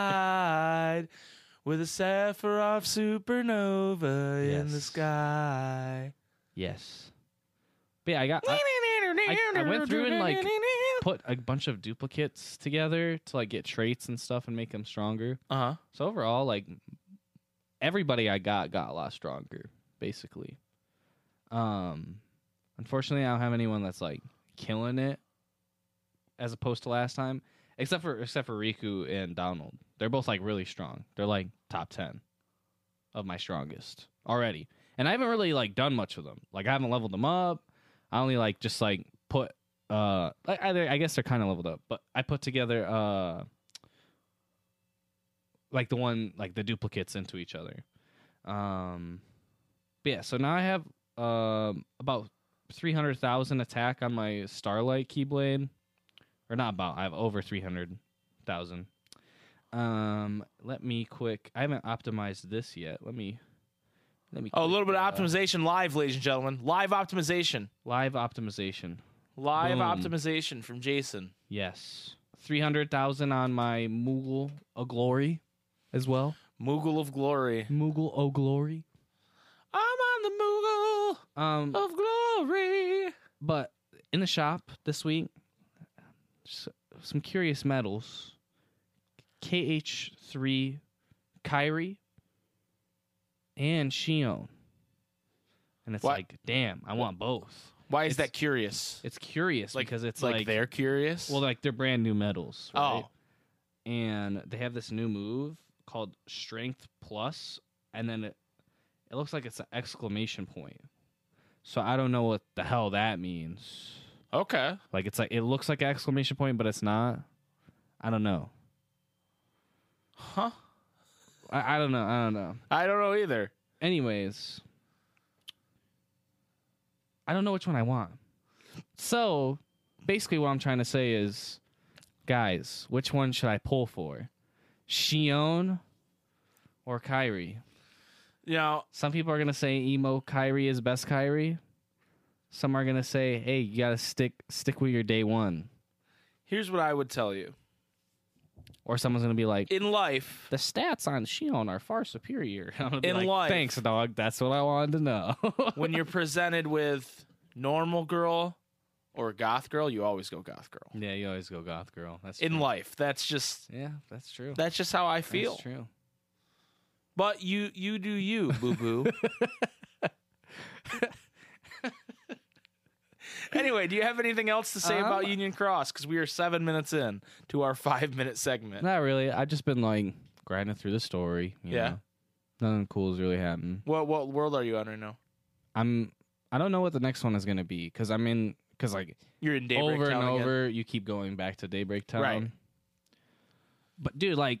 [SPEAKER 2] landslide with a Sephiroth supernova in the
[SPEAKER 4] Yes.
[SPEAKER 2] sky.
[SPEAKER 4] Yes. But yeah, I got I I went through and, like, put a bunch of duplicates together to like get traits and stuff and make them stronger.
[SPEAKER 2] uh huh.
[SPEAKER 4] So overall, like everybody I got got a lot stronger, basically. Um unfortunately I don't have anyone that's like killing it as opposed to last time. Except for except for Riku and Donald. They're both like really strong. They're like top ten of my strongest already. And I haven't really like done much with them. Like I haven't leveled them up. I only like just like put uh I, I, I guess they're kind of leveled up, but I put together uh like the one like the duplicates into each other. Um but yeah, so now I have um about 300,000 attack on my Starlight Keyblade or not about I have over 300,000. Um let me quick I haven't optimized this yet. Let me let me
[SPEAKER 2] Oh, a
[SPEAKER 4] quick,
[SPEAKER 2] little bit of
[SPEAKER 4] uh,
[SPEAKER 2] optimization live, ladies and gentlemen. Live optimization.
[SPEAKER 4] live optimization.
[SPEAKER 2] Live
[SPEAKER 4] Boom.
[SPEAKER 2] optimization from Jason.
[SPEAKER 4] Yes. 300,000 on my Moogle O Glory as well.
[SPEAKER 2] Moogle of glory.
[SPEAKER 4] Moogle O Glory.
[SPEAKER 2] I'm on
[SPEAKER 4] Um
[SPEAKER 2] the Moogle of glory.
[SPEAKER 4] but in the shop this week s- some curious metals. KH3 Kyrie and Shion. And it's
[SPEAKER 2] Why-
[SPEAKER 4] like, damn, I want both.
[SPEAKER 2] Why is
[SPEAKER 4] It's-
[SPEAKER 2] that curious?
[SPEAKER 4] It's curious because it's
[SPEAKER 2] like,
[SPEAKER 4] like,
[SPEAKER 2] they're curious.
[SPEAKER 4] well like they're brand new metals, right?
[SPEAKER 2] oh,
[SPEAKER 4] and they have this new move called Strength Plus, and then it, it looks like it's an exclamation point. So I don't know what the hell that means.
[SPEAKER 2] okay.
[SPEAKER 4] Like it's like it looks like an exclamation point, but it's not. I don't know.
[SPEAKER 2] Huh?
[SPEAKER 4] I, I don't know. I don't know.
[SPEAKER 2] I don't know either.
[SPEAKER 4] Anyways, I don't know which one I want. So basically, what I'm trying to say is, guys, which one should I pull for? Shion or Kyrie?
[SPEAKER 2] You know,
[SPEAKER 4] Some people are gonna say emo Kyrie is best Kyrie. Some are gonna say, hey, you gotta stick stick with your day one.
[SPEAKER 2] here's what I would tell you.
[SPEAKER 4] or someone's gonna be like,
[SPEAKER 2] in life.
[SPEAKER 4] the stats on Shion are far superior. I'm gonna be
[SPEAKER 2] In
[SPEAKER 4] like,
[SPEAKER 2] life.
[SPEAKER 4] Thanks, dog. That's what I wanted to know.
[SPEAKER 2] when you're presented with normal girl or goth girl, you always go goth girl.
[SPEAKER 4] yeah, you always go goth girl. That's
[SPEAKER 2] In
[SPEAKER 4] true.
[SPEAKER 2] life, that's just
[SPEAKER 4] Yeah, that's true.
[SPEAKER 2] that's just how I
[SPEAKER 4] That's
[SPEAKER 2] feel.
[SPEAKER 4] true.
[SPEAKER 2] But you you do you, boo boo. anyway, do you have anything else to say about
[SPEAKER 4] Um,
[SPEAKER 2] Union Cross? Because we are seven minutes in to our five minute segment.
[SPEAKER 4] Not really. I've just been like grinding through the story. you
[SPEAKER 2] Yeah.
[SPEAKER 4] know. Nothing cool has really happened.
[SPEAKER 2] What what world are you on right now?
[SPEAKER 4] I'm I don't know what the next one is gonna be because I'm in because like
[SPEAKER 2] You're in Daybreak
[SPEAKER 4] over
[SPEAKER 2] Town
[SPEAKER 4] and
[SPEAKER 2] again.
[SPEAKER 4] over you keep going back to Daybreak Town.
[SPEAKER 2] Right.
[SPEAKER 4] But dude, like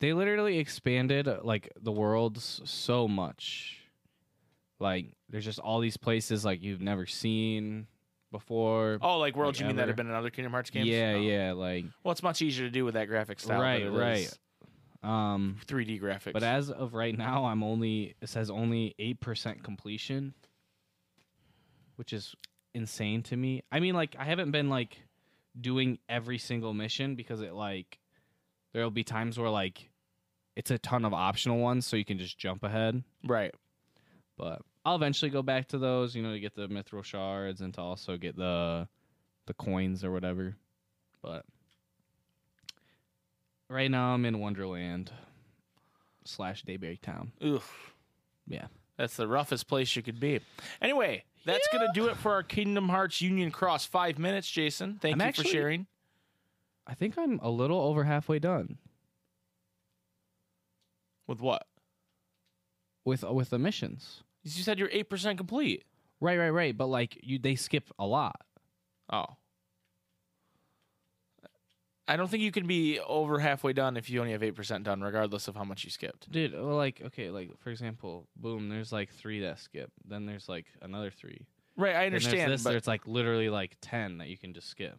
[SPEAKER 4] they literally expanded uh, like the world s- so much. Like there's just all these places like you've never seen before.
[SPEAKER 2] Oh, like worlds
[SPEAKER 4] Like
[SPEAKER 2] you mean that
[SPEAKER 4] ever.
[SPEAKER 2] have been in other Kingdom Hearts games?
[SPEAKER 4] yeah,
[SPEAKER 2] Oh.
[SPEAKER 4] yeah, like
[SPEAKER 2] Well, it's much easier to do with that graphic style.
[SPEAKER 4] Right,
[SPEAKER 2] than it
[SPEAKER 4] right.
[SPEAKER 2] is
[SPEAKER 4] um
[SPEAKER 2] 3D graphics.
[SPEAKER 4] But as of right now, I'm only it says only eight percent completion, which is insane to me. I mean, like I haven't been like doing every single mission because it like there'll be times where like it's a ton of optional ones, so you can just jump ahead.
[SPEAKER 2] right.
[SPEAKER 4] But I'll eventually go back to those, you know, to get the mithril shards and to also get the the coins or whatever. But right now I'm in Wonderland slash Daybreak Town.
[SPEAKER 2] Oof.
[SPEAKER 4] Yeah.
[SPEAKER 2] That's the roughest place you could be. Anyway, that's gonna do it for our Kingdom Hearts Union Cross five minutes, Jason. Thank
[SPEAKER 4] I'm
[SPEAKER 2] you
[SPEAKER 4] actually-
[SPEAKER 2] for sharing.
[SPEAKER 4] I think I'm a little over halfway done
[SPEAKER 2] With what?
[SPEAKER 4] with with the missions.
[SPEAKER 2] You said you're eight percent complete.
[SPEAKER 4] Right, right, right. But like you, they skip a lot.
[SPEAKER 2] Oh. I don't think you can be over halfway done if you only have eight percent done, regardless of how much you skipped.
[SPEAKER 4] Dude, well, like okay, like for example, boom. There's like three that skip. Then there's like another three.
[SPEAKER 2] Right, I
[SPEAKER 4] Then there's
[SPEAKER 2] understand.
[SPEAKER 4] this,
[SPEAKER 2] but-
[SPEAKER 4] there's like literally like ten that you can just skip.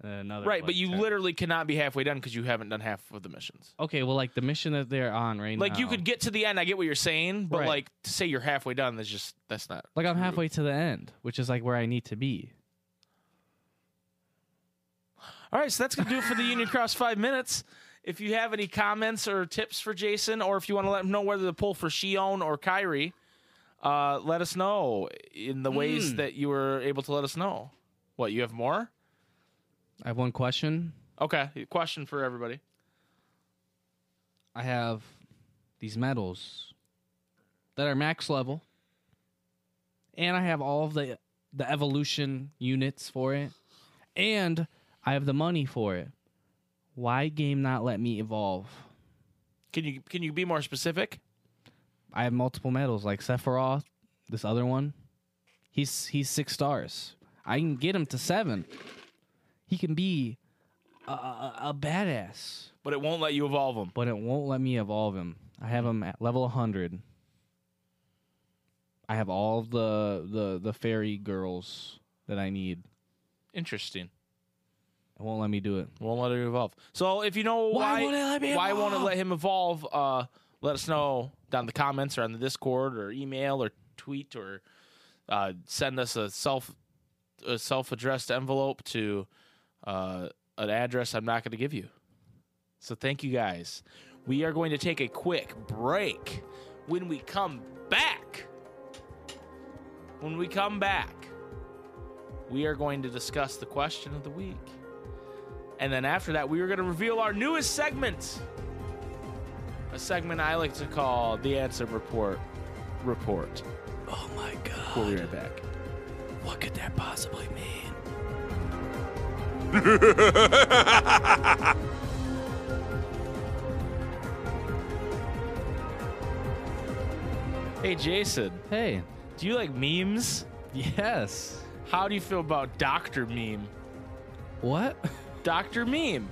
[SPEAKER 4] And then another.
[SPEAKER 2] right, but
[SPEAKER 4] like,
[SPEAKER 2] you
[SPEAKER 4] 10.
[SPEAKER 2] literally cannot be halfway done because you haven't done half of the missions.
[SPEAKER 4] Okay, well, like the mission that they're on right now.
[SPEAKER 2] Like you could get to the end, I get what you're saying, but
[SPEAKER 4] Right.
[SPEAKER 2] like to say you're halfway done, that's just that's not
[SPEAKER 4] Like I'm
[SPEAKER 2] true.
[SPEAKER 4] halfway to the end, which is like where I need to be.
[SPEAKER 2] All right, so that's gonna do it for the Union Cross five minutes. If you have any comments or tips for Jason, or if you want to let him know whether to pull for Shion or Kyrie, uh, let us know in the ways that you were able to let us know. What you have more?
[SPEAKER 4] I have one question.
[SPEAKER 2] Okay, question for everybody.
[SPEAKER 4] I have these medals that are max level, and I have all of the the evolution units for it, and I have the money for it. Why game not let me evolve?
[SPEAKER 2] Can you can you be more specific?
[SPEAKER 4] I have multiple medals, like Sephiroth, this other one. He's he's six stars. I can get him to seven. He can be a, a, a badass,
[SPEAKER 2] But it won't let you evolve them.
[SPEAKER 4] but it won't let me evolve him. I have him at level 100. I have all of the the the fairy girls that I need.
[SPEAKER 2] Interesting.
[SPEAKER 4] It won't let me do it.
[SPEAKER 2] Won't let it evolve. So if you know why
[SPEAKER 4] won't it let me
[SPEAKER 2] why won't it
[SPEAKER 4] evolve?
[SPEAKER 2] let him evolve, uh, let us know down in the comments or on the Discord or email or tweet or uh, send us a self a self addressed envelope to uh, an address I'm not going to give you. So thank you guys. We are going to take a quick break. When we come back, when we come back, we are going to discuss the question of the week. And then after that, we were going to reveal our newest segment. A segment I like to call the Answer Report Report.
[SPEAKER 4] Oh my god.
[SPEAKER 2] We'll be right back.
[SPEAKER 4] What could that possibly mean?
[SPEAKER 2] Hey, Jason,
[SPEAKER 4] Hey.
[SPEAKER 2] do you like memes?
[SPEAKER 4] Yes.
[SPEAKER 2] How do you feel about Dr. Meme?
[SPEAKER 4] What?
[SPEAKER 2] Dr. Meme.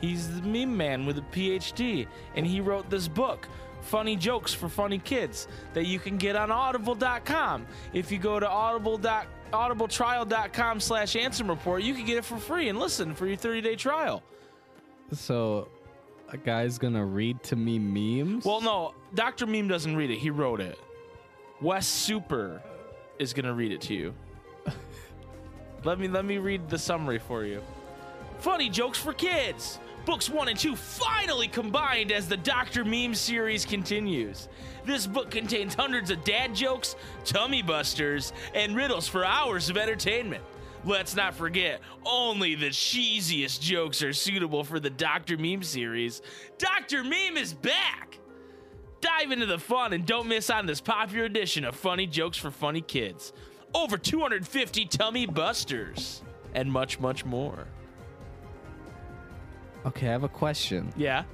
[SPEAKER 2] He's the meme man with a PhD, and he wrote this book, Funny Jokes for Funny Kids, that you can get on audible.com. If you go to audible dot audibletrial.com slash answer report, you can get it for free and listen for your 30-day trial.
[SPEAKER 4] So a guy's going to read to me memes?
[SPEAKER 2] Well, no, Dr. Meme doesn't read it. He wrote it. Wes Super is going to read it to you. let me let me read the summary for you. Funny jokes for kids. Books 1 and 2 finally combined as the Dr. Meme series continues. This book contains hundreds of dad jokes, tummy busters, and riddles for hours of entertainment. Let's not forget, only the cheesiest jokes are suitable for the Dr. Meme series. Dr. Meme is back! Dive into the fun and don't miss on this popular edition of Funny Jokes for Funny Kids. Over 250 tummy busters and much, much more.
[SPEAKER 4] Okay, I have a question.
[SPEAKER 2] Yeah.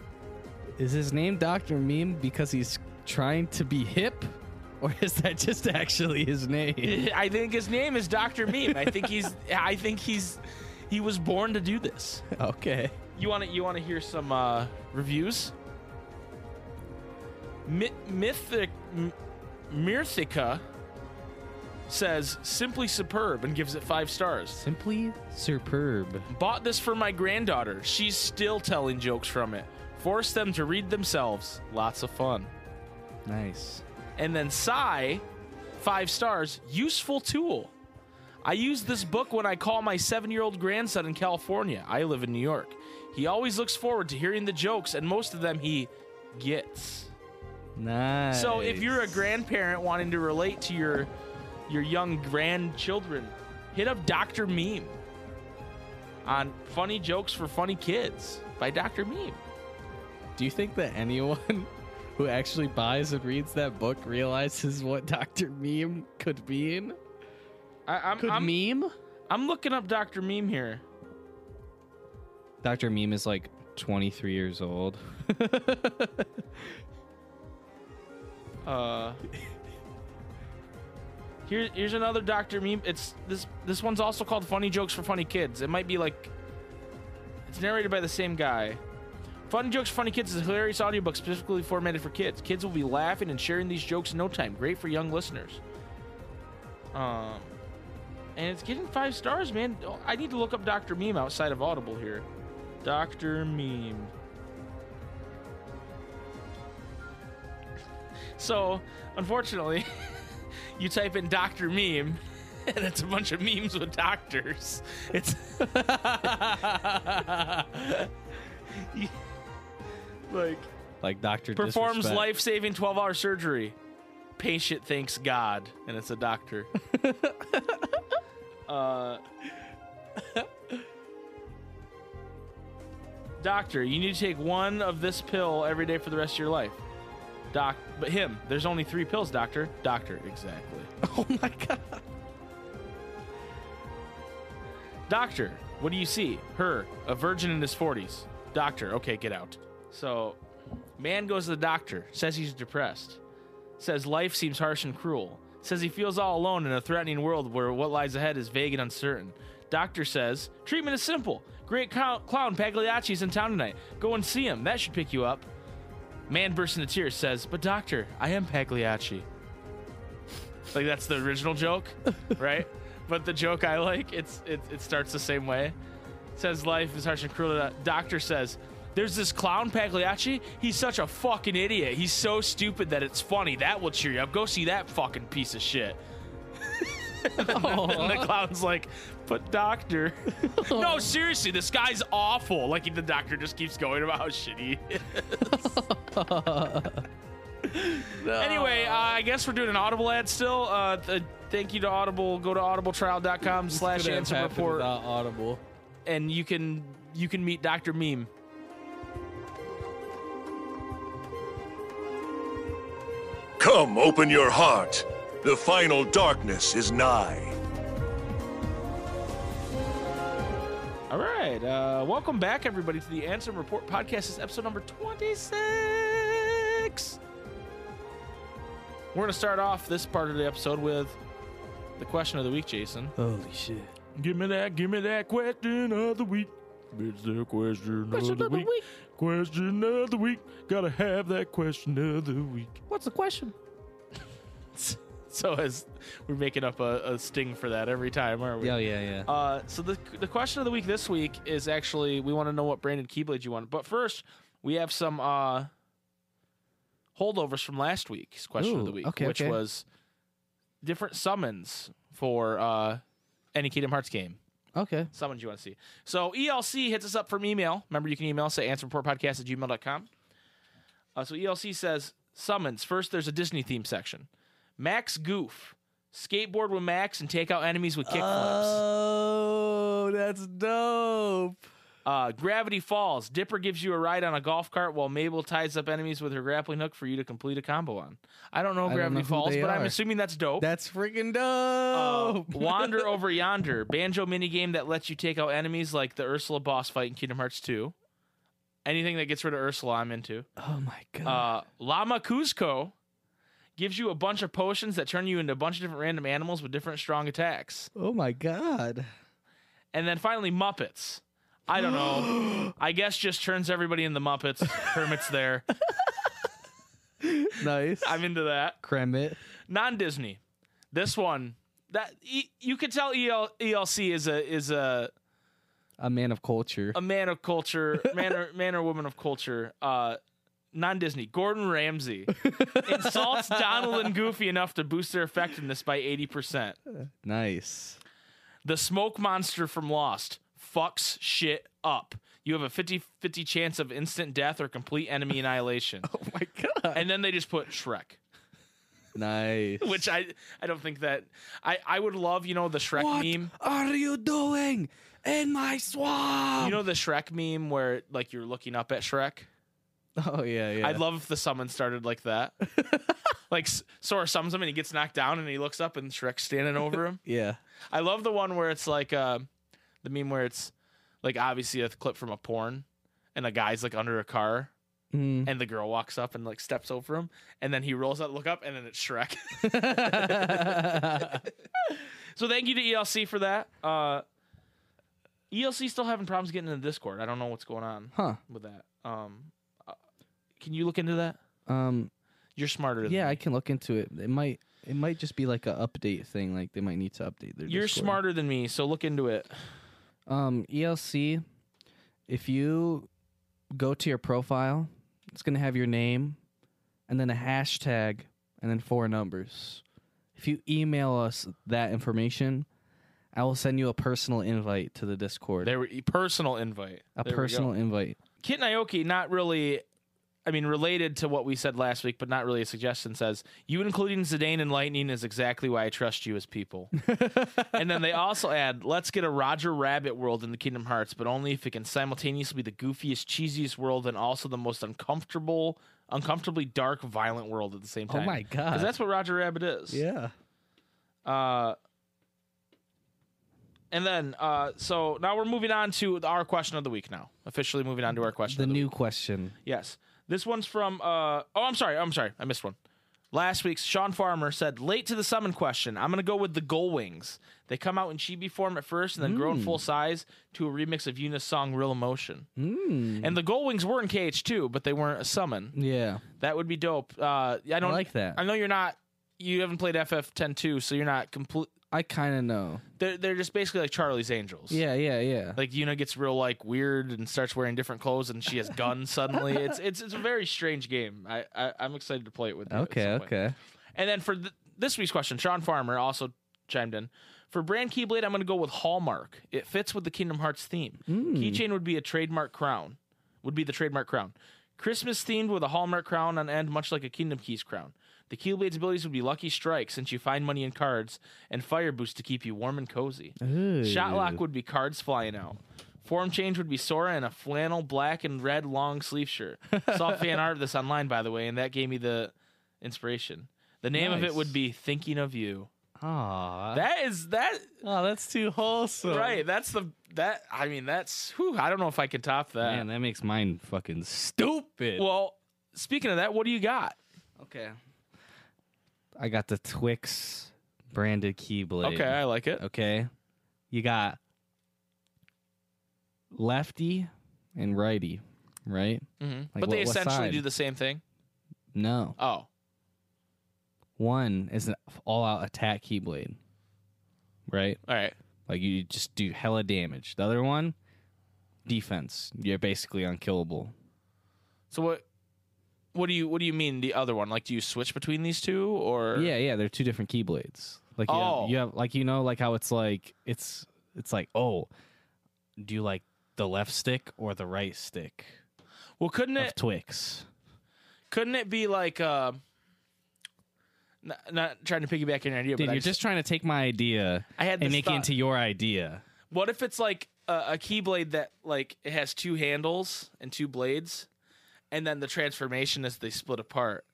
[SPEAKER 4] Is his name Dr. Meme because he's trying to be hip? Or is that just actually his name?
[SPEAKER 2] I think his name is Dr. Meme. I think he's I think he's he was born to do this.
[SPEAKER 4] okay.
[SPEAKER 2] You want to you want to hear some uh, reviews? Mi- Mythic M- Mirthica says simply superb and gives it 5 stars.
[SPEAKER 4] Simply superb.
[SPEAKER 2] Bought this for my granddaughter. She's still telling jokes from it. Force them to read themselves. Lots of fun.
[SPEAKER 4] Nice.
[SPEAKER 2] And then Psy, five stars, useful tool. I use this book when I call my seven year old grandson in California. I live in New York. He always looks forward to hearing the jokes, and most of them he gets.
[SPEAKER 4] Nice.
[SPEAKER 2] So if you're a grandparent wanting to relate to your your young grandchildren, hit up Dr. Meme on Funny Jokes for Funny Kids by Dr. Meme.
[SPEAKER 4] Do you think that anyone who actually buys and reads that book realizes what Dr. Meme could mean?
[SPEAKER 2] I, I'm,
[SPEAKER 4] Could
[SPEAKER 2] I'm,
[SPEAKER 4] meme?
[SPEAKER 2] I'm looking up Dr. Meme here.
[SPEAKER 4] Dr. Meme is like 23 years old.
[SPEAKER 2] Uh, here, here's another Doctor Meme. It's this. This one's also called "Funny Jokes for Funny Kids." It might be like, it's narrated by the same guy. Funny Jokes for Funny Kids is a hilarious audiobook specifically formatted for kids. Kids will be laughing and sharing these jokes in no time. Great for young listeners. Um, and it's getting five stars, man. Oh, I need to look up Doctor Meme outside of Audible here. Doctor Meme. So, unfortunately, you type in Doctor Meme, and it's a bunch of memes with doctors. It's You- like
[SPEAKER 4] like Dr.
[SPEAKER 2] performs
[SPEAKER 4] Disrespect.
[SPEAKER 2] life-saving 12-hour surgery. Patient thanks God, and it's a doctor. uh, doctor, you need to take one of this pill every day for the rest of your life. Doc, but him. There's only three pills, doctor. Doctor, exactly.
[SPEAKER 4] Oh my god.
[SPEAKER 2] Doctor, what do you see? Her, a virgin in his 40s. Doctor, okay, get out. So, man goes to the doctor, says he's depressed, says life seems harsh and cruel, says he feels all alone in a threatening world where what lies ahead is vague and uncertain. Doctor says, treatment is simple. Great clown, clown Pagliacci's in town tonight. Go and see him. That should pick you up. Man bursts into tears, says, but doctor, I am Pagliacci. like that's the original joke, right? But the joke I like, it's it, it starts the same way. says life is harsh and cruel. The Doctor says, "There's this clown Pagliacci. He's such a fucking idiot. He's so stupid that it's funny. That will cheer you up. Go see that fucking piece of shit." and the clown's like, "But doctor, no, seriously, this guy's awful." Like the doctor just keeps going about how shitty. he is. Anyway, uh, I guess we're doing an Audible ad still. Uh, th- thank you to Audible. Go to audibletrial.com slash
[SPEAKER 4] Couldn't have
[SPEAKER 2] answer
[SPEAKER 4] happened
[SPEAKER 2] report
[SPEAKER 4] without Audible.
[SPEAKER 2] and you can you can meet Dr. Meme.
[SPEAKER 5] Come, open your heart. The final darkness is nigh.
[SPEAKER 2] All right. Uh, welcome back everybody to the Answer Report podcast. This is episode number 26. We're going to start off this part of the episode with the question of the week, Jason.
[SPEAKER 4] Holy shit.
[SPEAKER 2] Give me that, give me that question of the week. It's the question, of, the week. Question of the week. Gotta have that question of the week.
[SPEAKER 4] What's the question?
[SPEAKER 2] So as we're making up a, a sting for that every time, aren't we?
[SPEAKER 4] Yeah, yeah, yeah.
[SPEAKER 2] Uh, so the the question of the week this week is actually we want to know what branded keyblade you want. But first, we have some uh, holdovers from last week's question of
[SPEAKER 4] Ooh,
[SPEAKER 2] the week,
[SPEAKER 4] okay,
[SPEAKER 2] which
[SPEAKER 4] okay.
[SPEAKER 2] was different summons for uh, any Kingdom Hearts game.
[SPEAKER 4] Okay.
[SPEAKER 2] Someone you want to see. So ELC hits us up from email. Remember, you can email us at answerreportpodcast at gmail.com. Uh, so ELC says summons. First, there's a Disney theme section. Max Goof. Skateboard with Max and take out enemies with kickflips.
[SPEAKER 4] Oh, that's dope.
[SPEAKER 2] Uh, Gravity Falls. Dipper gives you a ride on a golf cart while Mabel ties up enemies with her grappling hook for you to complete a combo on. I don't know
[SPEAKER 4] don't
[SPEAKER 2] Gravity
[SPEAKER 4] know who
[SPEAKER 2] Falls,
[SPEAKER 4] they
[SPEAKER 2] but I'm
[SPEAKER 4] are. Oh.
[SPEAKER 2] assuming that's dope.
[SPEAKER 4] That's freaking
[SPEAKER 2] Oh. Uh,
[SPEAKER 4] dope.
[SPEAKER 2] Wander Over Yonder. Banjo minigame that lets you take out enemies like the Ursula boss fight in Kingdom Hearts 2. Anything that gets rid of Ursula, I'm into.
[SPEAKER 4] oh my god.
[SPEAKER 2] Uh, Llama Cuzco gives you a bunch of potions that turn you into a bunch of different random animals with different strong attacks.
[SPEAKER 4] oh my god.
[SPEAKER 2] And then finally, Muppets. I don't know. I guess just turns everybody into Muppets. Kermit's there.
[SPEAKER 4] Nice.
[SPEAKER 2] I'm into that.
[SPEAKER 4] Kremit.
[SPEAKER 2] non Disney. This one that e, you could tell EL, ELC is a is a
[SPEAKER 4] A man of culture.
[SPEAKER 2] a man of culture, man or man or woman of culture. Uh, non Disney. Gordon Ramsay insults Donald and Goofy enough to boost their effectiveness by eighty percent.
[SPEAKER 4] nice.
[SPEAKER 2] The smoke monster from Lost fucks shit up. You have a 50-50 chance of instant death or complete enemy annihilation.
[SPEAKER 4] Oh my god.
[SPEAKER 2] And then they just put Shrek.
[SPEAKER 4] Nice.
[SPEAKER 2] Which I I don't think that I, I would love, you know, the Shrek meme.
[SPEAKER 4] are you doing in my swamp?
[SPEAKER 2] You know the Shrek meme where like you're looking up at Shrek?
[SPEAKER 4] oh yeah, yeah.
[SPEAKER 2] I'd love if the summon started like that. like S- Sora summons him and he gets knocked down and he looks up and Shrek's standing over him.
[SPEAKER 4] yeah.
[SPEAKER 2] I love the one where it's like uh, the meme where it's like obviously a clip from a porn and a guy's like under a car
[SPEAKER 4] Mm.
[SPEAKER 2] and the girl walks up and like steps over him and then he rolls out look up and then it's Shrek. so thank you to ELC for that. Uh ELC still having problems getting into Discord. I don't know what's going on
[SPEAKER 4] huh.
[SPEAKER 2] with that. Um, uh, can you look into that?
[SPEAKER 4] Um.
[SPEAKER 2] You're smarter. Than
[SPEAKER 4] Yeah,
[SPEAKER 2] me.
[SPEAKER 4] I can look into it. It might. It might just be like a update thing. Like they might need to update their.
[SPEAKER 2] You're
[SPEAKER 4] Discord.
[SPEAKER 2] smarter than me, so look into it.
[SPEAKER 4] Um. ELC. If you go to your profile, it's gonna have your name, and then a hashtag, and then four numbers. If you email us that information, I will send you a personal invite to the Discord.
[SPEAKER 2] There, we- personal invite.
[SPEAKER 4] a
[SPEAKER 2] There we go.
[SPEAKER 4] personal invite.
[SPEAKER 2] Kit Naoki, not really. I mean, related to what we said last week, but not really a suggestion. Says you including Zidane and Lightning is exactly why I trust you as people. and then they also add, let's get a Roger Rabbit world in the Kingdom Hearts, but only if it can simultaneously be the goofiest, cheesiest world and also the most uncomfortable, uncomfortably dark, violent world at the same time.
[SPEAKER 4] Oh god.
[SPEAKER 2] Because that's what Roger Rabbit is.
[SPEAKER 4] yeah.
[SPEAKER 2] Uh, and then, uh, so now we're moving on to our question of the week now. Officially moving on to our question
[SPEAKER 4] The
[SPEAKER 2] of the
[SPEAKER 4] new
[SPEAKER 2] week.
[SPEAKER 4] question.
[SPEAKER 2] Yes. This one's from, uh, oh, I'm sorry. I'm sorry. I missed one. Last week's Sean Farmer said, late to the summon question. I'm going to go with the Gull Wings. They come out in chibi form at first and then grow
[SPEAKER 4] Hmm.
[SPEAKER 2] in full size to a remix of Yuna's song Real Emotion.
[SPEAKER 4] Mm.
[SPEAKER 2] And the Gull Wings were in KH2, but they weren't a summon.
[SPEAKER 4] Yeah.
[SPEAKER 2] That would be dope. Uh, I don't
[SPEAKER 4] like that.
[SPEAKER 2] I know you're not. You haven't played FF 10 2, so you're not complete.
[SPEAKER 4] I kind of know.
[SPEAKER 2] They're they're just basically like Charlie's Angels.
[SPEAKER 4] Yeah, yeah, yeah.
[SPEAKER 2] Like Yuna gets real like weird and starts wearing different clothes and she has guns suddenly. It's it's it's a very strange game. I, I I'm excited to play it with you. at
[SPEAKER 4] okay,
[SPEAKER 2] some point.
[SPEAKER 4] okay.
[SPEAKER 2] And then for th- this week's question, Sean Farmer also chimed in. For brand Keyblade, I'm going to go with Hallmark. It fits with the Kingdom Hearts theme.
[SPEAKER 4] Hmm.
[SPEAKER 2] Keychain would be a trademark crown. Would be the trademark crown. Christmas themed with a Hallmark crown on end, much like a Kingdom Keys crown. The Keyblade's abilities would be Lucky Strike, since you find money in cards, and Fire Boost to keep you warm and cozy. Shot Lock would be cards flying out. Form change would be Sora in a flannel black and red long sleeve shirt. Saw fan art of this online, by the way, and that gave me the inspiration. The name of it
[SPEAKER 4] Nice. Uh,
[SPEAKER 2] would be Thinking of You.
[SPEAKER 4] Aw.
[SPEAKER 2] That is that
[SPEAKER 4] oh, that's too wholesome.
[SPEAKER 2] right. That's the that I mean that's whew, I don't know if I can top that.
[SPEAKER 4] Man, that makes mine fucking stupid.
[SPEAKER 2] well, speaking of that, what do you got?
[SPEAKER 4] okay. I got the Twix branded Keyblade.
[SPEAKER 2] Okay, I like it.
[SPEAKER 4] Okay. You got lefty and righty, right?
[SPEAKER 2] hmm
[SPEAKER 4] Like
[SPEAKER 2] but they
[SPEAKER 4] what- what
[SPEAKER 2] essentially
[SPEAKER 4] side?
[SPEAKER 2] do the same thing.
[SPEAKER 4] No.
[SPEAKER 2] Oh,
[SPEAKER 4] One is an all out attack Keyblade, right?
[SPEAKER 2] all right.
[SPEAKER 4] Like you just do hella damage. The other one, defense. You're basically unkillable.
[SPEAKER 2] So what? What do you what do you mean the other one? Like, do you switch between these two or
[SPEAKER 4] Yeah, yeah. They're two different keyblades. Like you,
[SPEAKER 2] Oh.
[SPEAKER 4] have, you have, like you know, like how it's like it's It's like, oh, do you like the left stick or the right stick
[SPEAKER 2] Well, couldn't
[SPEAKER 4] of
[SPEAKER 2] it?
[SPEAKER 4] Twix?
[SPEAKER 2] Couldn't it be like? Uh, not, not trying to piggyback on your idea,
[SPEAKER 4] Dude,
[SPEAKER 2] but I
[SPEAKER 4] you're just trying to take my idea
[SPEAKER 2] I had
[SPEAKER 4] and
[SPEAKER 2] this
[SPEAKER 4] make it
[SPEAKER 2] thought.
[SPEAKER 4] into your idea.
[SPEAKER 2] What if it's like a, a keyblade that like it has two handles and two blades, and then the transformation is they split apart?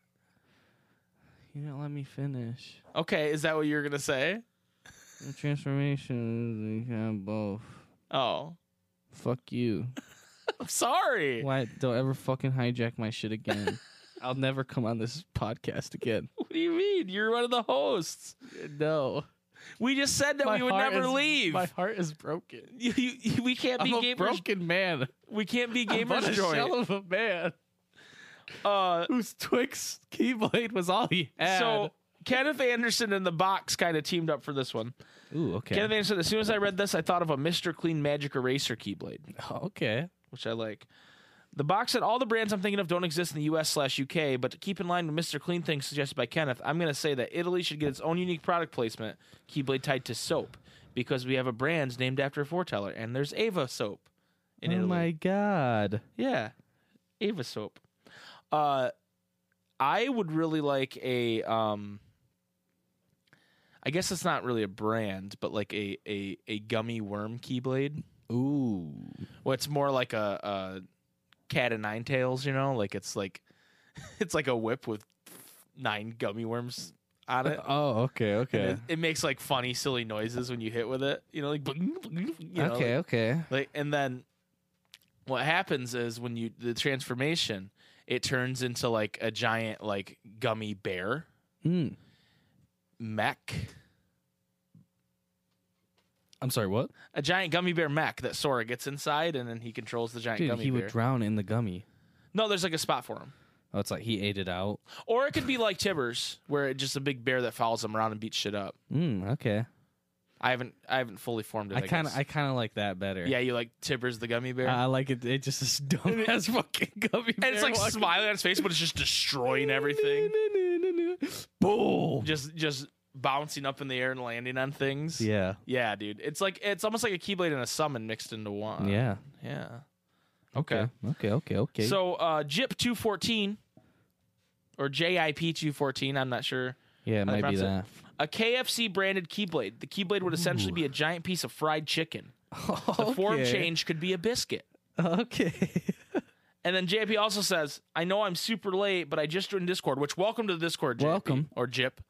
[SPEAKER 4] You didn't let me finish.
[SPEAKER 2] Okay, is that what you're gonna say?
[SPEAKER 4] The transformation, you have both.
[SPEAKER 2] Oh,
[SPEAKER 4] Fuck you.
[SPEAKER 2] I'm sorry. What,
[SPEAKER 4] Why don't ever fucking hijack my shit again? I'll never come on this podcast again.
[SPEAKER 2] do you mean? You're one of the hosts.
[SPEAKER 4] No,
[SPEAKER 2] We just said that we would never leave.
[SPEAKER 4] My heart is broken.
[SPEAKER 2] You, you, you- we can't
[SPEAKER 4] I'm
[SPEAKER 2] be gamers.
[SPEAKER 4] a broken man.
[SPEAKER 2] We can't be
[SPEAKER 4] I'm but
[SPEAKER 2] gamers
[SPEAKER 4] a shell
[SPEAKER 2] joint.
[SPEAKER 4] of a man
[SPEAKER 2] Uh,
[SPEAKER 4] whose Twix keyblade was all he had.
[SPEAKER 2] so Kenneth Anderson and the box kind of teamed up for this one.
[SPEAKER 4] ooh, okay,
[SPEAKER 2] Kenneth Anderson. As soon as I read this, I thought of a Mr. Clean Magic Eraser Keyblade.
[SPEAKER 4] Oh, okay.
[SPEAKER 2] which I like. The box and all the brands I'm thinking of don't exist in the US slash UK, but to keep in line with Mr. Clean things suggested by Kenneth, I'm going to say that Italy should get its own unique product placement, Keyblade tied to soap, because we have a brand named after a foreteller, and there's Ava soap in
[SPEAKER 4] oh
[SPEAKER 2] Italy.
[SPEAKER 4] my god.
[SPEAKER 2] Yeah, Ava soap. Uh, I would really like a. Um, I guess it's not really a brand, but like a a, a gummy worm Keyblade.
[SPEAKER 4] Ooh,
[SPEAKER 2] Well, it's more like a, a cat of nine tails, you know? Like it's like it's like a whip with nine gummy worms on it.
[SPEAKER 4] oh, okay,
[SPEAKER 2] And
[SPEAKER 4] okay,
[SPEAKER 2] It, it makes like funny, silly noises when you hit with it. You know, like bling, bling, you know,
[SPEAKER 4] okay,
[SPEAKER 2] like-
[SPEAKER 4] okay.
[SPEAKER 2] like and then what happens is when you the transformation, it turns into like a giant like gummy bear
[SPEAKER 4] Mm.
[SPEAKER 2] mech.
[SPEAKER 4] I'm sorry, what?
[SPEAKER 2] A giant gummy bear mech that Sora gets inside and then he controls the giant
[SPEAKER 4] Dude,
[SPEAKER 2] gummy
[SPEAKER 4] he
[SPEAKER 2] bear.
[SPEAKER 4] would drown in the gummy.
[SPEAKER 2] no, there's like a spot for him.
[SPEAKER 4] Oh, it's like he ate it out.
[SPEAKER 2] Or it could be like Tibbers, where it's just a big bear that follows him around and beats shit up.
[SPEAKER 4] Mm, okay.
[SPEAKER 2] I haven't I haven't fully formed it.
[SPEAKER 4] I kind of
[SPEAKER 2] guess.
[SPEAKER 4] I Uh, kind of like that better.
[SPEAKER 2] yeah, you like Tibbers the gummy bear,
[SPEAKER 4] I I like it. It just is dumb as fucking gummy.
[SPEAKER 2] and it's like smiling on his face, but it's just destroying everything,
[SPEAKER 4] Boom.
[SPEAKER 2] just just bouncing up in the air and landing on things.
[SPEAKER 4] Yeah.
[SPEAKER 2] yeah, dude. It's like it's almost like a keyblade and a summon mixed into one.
[SPEAKER 4] yeah.
[SPEAKER 2] yeah.
[SPEAKER 4] Okay. Okay. Okay. Okay.
[SPEAKER 2] So uh, Jip two fourteen, or JIP two fourteen. I'm not sure.
[SPEAKER 4] yeah, it
[SPEAKER 2] I
[SPEAKER 4] might be
[SPEAKER 2] pronounce it.
[SPEAKER 4] that.
[SPEAKER 2] A KFC branded keyblade. The keyblade would essentially be a giant piece of fried chicken. The form change could be a biscuit.
[SPEAKER 4] Okay.
[SPEAKER 2] And then JP also says, I know I'm super late, but I just joined Discord, which welcome to the Discord, JP,
[SPEAKER 4] Welcome.
[SPEAKER 2] Or JIP.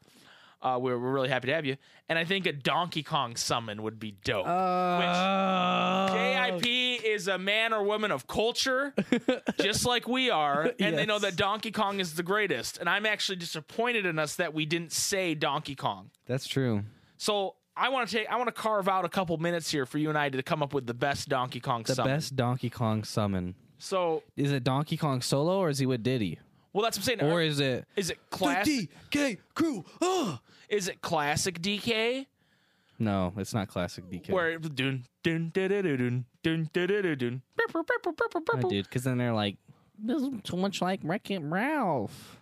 [SPEAKER 2] Uh, we're, we're really happy to have you. And I think a Donkey Kong summon would be dope.
[SPEAKER 4] Oh, Uh,
[SPEAKER 2] JIP is a man or woman of culture, just like we are, and they know
[SPEAKER 4] Yes.
[SPEAKER 2] that Donkey Kong is the greatest. And I'm actually disappointed in us that we didn't say Donkey Kong.
[SPEAKER 4] That's true.
[SPEAKER 2] So I want to take, I want to carve out a couple minutes here for you and I to come up with the best Donkey Kong
[SPEAKER 4] The
[SPEAKER 2] summon.
[SPEAKER 4] best Donkey Kong summon.
[SPEAKER 2] So,
[SPEAKER 4] Is it Donkey Kong solo or is he with Diddy?
[SPEAKER 2] well, that's what I'm saying.
[SPEAKER 4] Or is it
[SPEAKER 2] is it class?
[SPEAKER 4] DK crew? Oh.
[SPEAKER 2] Is it classic DK?
[SPEAKER 4] No, it's not classic DK.
[SPEAKER 2] Where it was dun dun dun dun dun dun dun dun dun dun. Burp, burp, burp, burp, burp, burp, burp.
[SPEAKER 4] I did because then they're like, this is too much like Wreck It Ralph.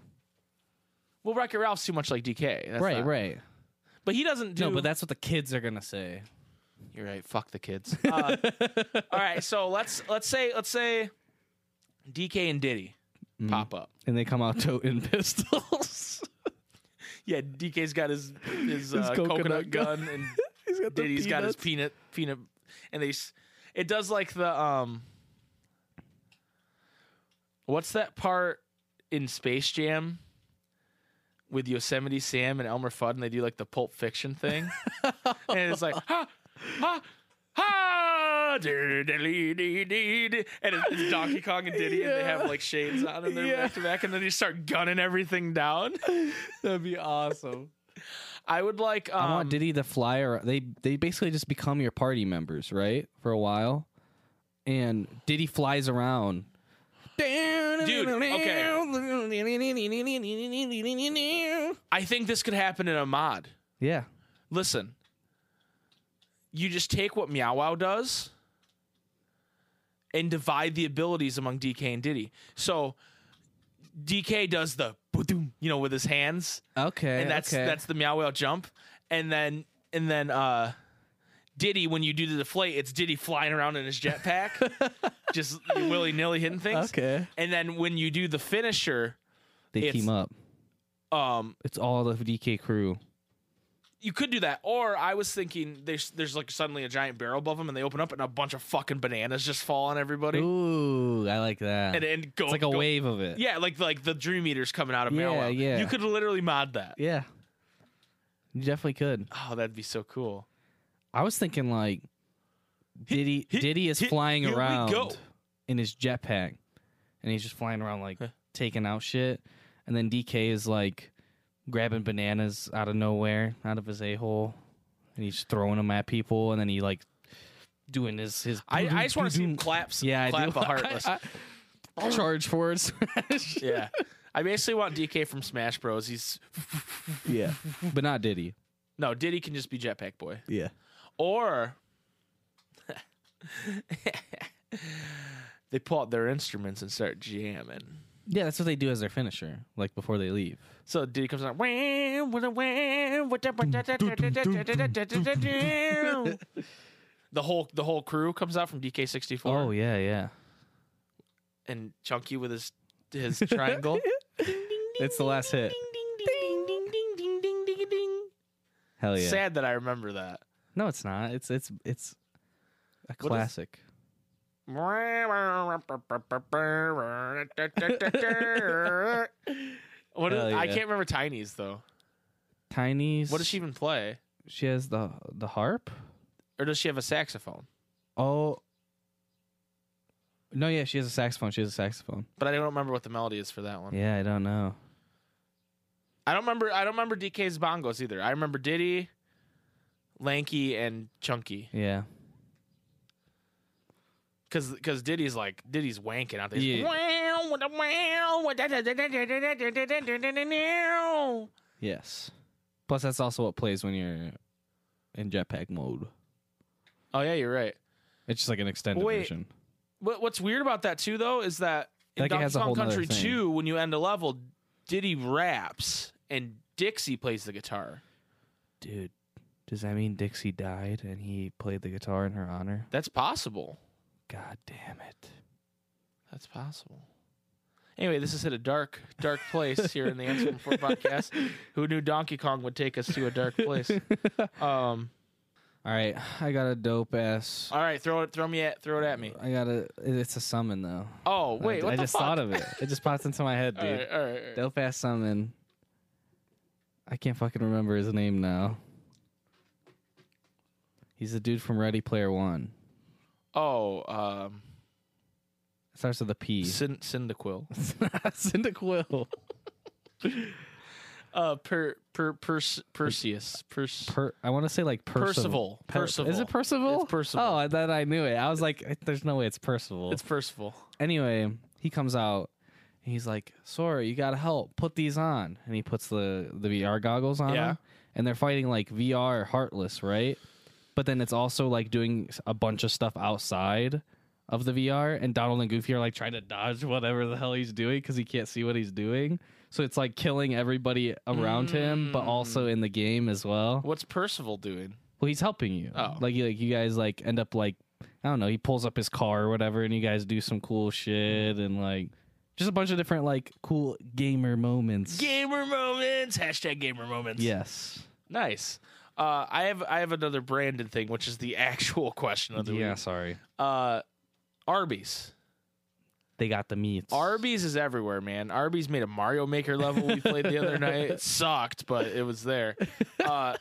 [SPEAKER 2] Well, Wreck-It Ralph's too much like DK. That's
[SPEAKER 4] right,
[SPEAKER 2] not-
[SPEAKER 4] right.
[SPEAKER 2] But he doesn't do.
[SPEAKER 4] No, but that's what the kids are gonna say.
[SPEAKER 2] You're right. Fuck the kids. Uh, all right, so let's let's say let's say DK and Diddy pop up.
[SPEAKER 4] And they come out toting pistols.
[SPEAKER 2] Yeah, DK's got his his, uh, coconut,
[SPEAKER 4] coconut
[SPEAKER 2] gun,
[SPEAKER 4] gun.
[SPEAKER 2] and
[SPEAKER 4] He's got the
[SPEAKER 2] Diddy's got his peanut peanut, and they. s- It does like the um. What's that part in Space Jam? With Yosemite Sam and Elmer Fudd, and they do like the Pulp Fiction thing, and it's like ha ha ha, diddly-dee-dee-dee. and it's- it's Donkey Kong and Diddy, and they have like shades on, and they're
[SPEAKER 4] Yeah.
[SPEAKER 2] back to back, and then they start gunning everything down.
[SPEAKER 4] That'd be awesome.
[SPEAKER 2] I would like. Um,
[SPEAKER 4] I want Diddy the Flyer. They they basically just become your party members, right? For a while, and Diddy flies around. Dude, okay.
[SPEAKER 2] I think this could happen in a mod.
[SPEAKER 4] Yeah.
[SPEAKER 2] Listen, you just take what Meow Wow does and divide the abilities among DK and Diddy. So DK does the boom, you know, with his hands,
[SPEAKER 4] Eh, Okay.
[SPEAKER 2] and that's
[SPEAKER 4] okay.
[SPEAKER 2] that's the Meow Wow jump, and then and then uh, Diddy, when you do the deflate, it's Diddy flying around in his jetpack, just willy nilly hitting things.
[SPEAKER 4] Okay.
[SPEAKER 2] And then when you do the finisher,
[SPEAKER 4] They
[SPEAKER 2] It's-
[SPEAKER 4] team up.
[SPEAKER 2] um,
[SPEAKER 4] It's all the DK crew.
[SPEAKER 2] you could do that. Or I was thinking there's there's like suddenly a giant barrel above them, and they open up, and a bunch of fucking bananas just fall on everybody,
[SPEAKER 4] Ooh, I like that.
[SPEAKER 2] and and go
[SPEAKER 4] it's like a
[SPEAKER 2] go-
[SPEAKER 4] wave of it.
[SPEAKER 2] Yeah, like like the Dream Eaters coming out of
[SPEAKER 4] Yeah,
[SPEAKER 2] Mallow.
[SPEAKER 4] yeah.
[SPEAKER 2] You could literally mod that.
[SPEAKER 4] Yeah. You definitely could.
[SPEAKER 2] Oh, that'd be so cool.
[SPEAKER 4] I was thinking like Diddy
[SPEAKER 2] he-
[SPEAKER 4] Diddy is
[SPEAKER 2] he-
[SPEAKER 4] flying
[SPEAKER 2] here we
[SPEAKER 4] around
[SPEAKER 2] go.
[SPEAKER 4] in his jetpack and he's just flying around like
[SPEAKER 2] Huh.
[SPEAKER 4] taking out shit and then DK is like grabbing bananas out of nowhere out of his a-hole and he's throwing them at people and then he like doing his his
[SPEAKER 2] I, I just want to see him claps.
[SPEAKER 4] yeah, I
[SPEAKER 2] clap
[SPEAKER 4] do.
[SPEAKER 2] a heartless.
[SPEAKER 4] I- I- charge forward smash.
[SPEAKER 2] yeah. I basically want DK from Smash Bros. He's
[SPEAKER 4] yeah. But not Diddy.
[SPEAKER 2] no Diddy can just be Jetpack Boy.
[SPEAKER 4] Yeah.
[SPEAKER 2] Or they pull out their instruments and start jamming.
[SPEAKER 4] Yeah, that's what they do as their finisher, like before they leave.
[SPEAKER 2] So Diddy comes out. "Wah, wah, wah, wah, da, wah, da, da, da, da, da, da, da, da, da, da, da." The whole the whole crew comes out from DK sixty four.
[SPEAKER 4] Oh yeah, yeah.
[SPEAKER 2] and Chunky with his his triangle.
[SPEAKER 4] It's the last hit.
[SPEAKER 2] ding, ding, ding, ding, ding, ding, ding.
[SPEAKER 4] Hell Oh, yeah.
[SPEAKER 2] Sad that I remember that.
[SPEAKER 4] No, it's not. It's it's it's a
[SPEAKER 2] is-
[SPEAKER 4] classic.
[SPEAKER 2] What is-
[SPEAKER 4] Hell
[SPEAKER 2] I
[SPEAKER 4] yeah.
[SPEAKER 2] can't remember Tiny's though.
[SPEAKER 4] Tiny's.
[SPEAKER 2] What does she even play?
[SPEAKER 4] She has the the harp.
[SPEAKER 2] Or does she have a saxophone?
[SPEAKER 4] Oh. No, yeah, she has a saxophone. She has a saxophone.
[SPEAKER 2] But I don't remember what the melody is for that one.
[SPEAKER 4] Yeah, I don't know.
[SPEAKER 2] I don't remember. I don't remember DK's bongos either. I remember Diddy, Lanky, and Chunky.
[SPEAKER 4] Yeah.
[SPEAKER 2] Cause, Cause, Diddy's like Diddy's wanking out there. He's
[SPEAKER 4] Yeah.
[SPEAKER 2] "Wow, what a wow, what da da da da da da da da da da da da da."
[SPEAKER 4] Yes. Plus, that's also what plays when you're in jetpack mode.
[SPEAKER 2] Oh yeah, you're right.
[SPEAKER 4] It's just like an extended
[SPEAKER 2] Wait.
[SPEAKER 4] version.
[SPEAKER 2] What, what's weird about that too, though, is that in
[SPEAKER 4] Like, it
[SPEAKER 2] Donkey
[SPEAKER 4] has a
[SPEAKER 2] Kong
[SPEAKER 4] whole nother
[SPEAKER 2] Country
[SPEAKER 4] thing.
[SPEAKER 2] Two, when you end a level, Diddy raps and Dixie plays the guitar.
[SPEAKER 4] Dude, does that mean Dixie died and he played the guitar in her honor?
[SPEAKER 2] That's possible.
[SPEAKER 4] God damn it.
[SPEAKER 2] That's possible. Anyway, this is at a dark, dark place here in the Answer Before podcast. Who knew Donkey Kong would take us to a dark place? Um,
[SPEAKER 4] All right, I got a dope ass.
[SPEAKER 2] all right, throw it, throw me at, throw it at me.
[SPEAKER 4] I got a. It's a summon though.
[SPEAKER 2] Oh
[SPEAKER 4] I-
[SPEAKER 2] wait, what
[SPEAKER 4] I
[SPEAKER 2] the
[SPEAKER 4] just
[SPEAKER 2] fuck?
[SPEAKER 4] thought of it. It just popped into my head, dude.
[SPEAKER 2] All right, all right, all right.
[SPEAKER 4] Dope ass summon. I can't fucking remember his name now. He's the dude from Ready Player One.
[SPEAKER 2] Oh, um,
[SPEAKER 4] It starts with a P.
[SPEAKER 2] Cyn- Cyndaquil.
[SPEAKER 4] Cyndaquil.
[SPEAKER 2] Uh, per, per, per, Perseus. Perse-
[SPEAKER 4] Per- I want to say like Percival.
[SPEAKER 2] Percival. Percival.
[SPEAKER 4] Is it Percival?
[SPEAKER 2] It's Percival.
[SPEAKER 4] Oh, I thought I knew it. I was like, "Eh, there's no way it's Percival.
[SPEAKER 2] It's Percival.
[SPEAKER 4] anyway, he comes out. And he's like, Sora, you gotta help. Put these on. And he puts the, the VR goggles on.
[SPEAKER 2] Yeah.
[SPEAKER 4] him, and they're fighting like VR Heartless, right? But then it's also like doing a bunch of stuff outside of the VR. And Donald and Goofy are like trying to dodge whatever the hell he's doing because he can't see what he's doing. So it's like killing everybody around him, but also in the game as well.
[SPEAKER 2] What's Percival doing?
[SPEAKER 4] Well, he's helping you.
[SPEAKER 2] Oh.
[SPEAKER 4] Like, you, like you guys like end up like I don't know. He pulls up his car or whatever, and you guys do some cool shit and like just a bunch of different like cool gamer moments.
[SPEAKER 2] Gamer moments. Hashtag gamer moments.
[SPEAKER 4] Yes.
[SPEAKER 2] Nice. Uh, I have I have another branded thing, which is the actual question of the
[SPEAKER 4] Yeah.
[SPEAKER 2] week.
[SPEAKER 4] Sorry.
[SPEAKER 2] Uh, Arby's.
[SPEAKER 4] They got the meats.
[SPEAKER 2] Arby's is everywhere, man. Arby's made a Mario Maker level we played the other night. It sucked, but it was there. Uh,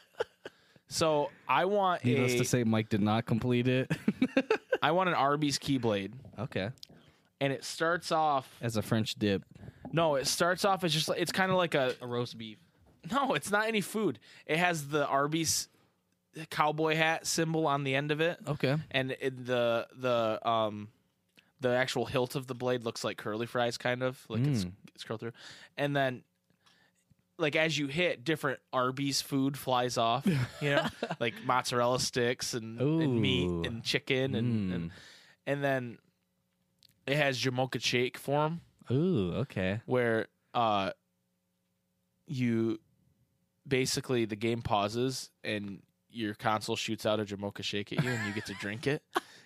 [SPEAKER 2] so I want
[SPEAKER 4] Needless
[SPEAKER 2] a
[SPEAKER 4] to say, Mike did not complete it.
[SPEAKER 2] I want an Arby's Keyblade,
[SPEAKER 4] okay.
[SPEAKER 2] and it starts off.
[SPEAKER 4] As a French dip.
[SPEAKER 2] No, it starts off as just like it's kind of like a
[SPEAKER 4] A roast beef.
[SPEAKER 2] No, it's not any food. It has the Arby's cowboy hat symbol on the end of it,
[SPEAKER 4] Okay.
[SPEAKER 2] and it, the the um the actual hilt of the blade looks like curly fries, kind of like it's
[SPEAKER 4] Mm.
[SPEAKER 2] it's curled through, and then like as you hit, different Arby's food flies off, you know, like mozzarella sticks and, and
[SPEAKER 4] Ooh.
[SPEAKER 2] meat and chicken and,
[SPEAKER 4] Mm.
[SPEAKER 2] and and then it has Jamocha shake form
[SPEAKER 4] Ooh. Okay.
[SPEAKER 2] where uh you basically the game pauses and your console shoots out a Jamocha shake at you and you get to drink it.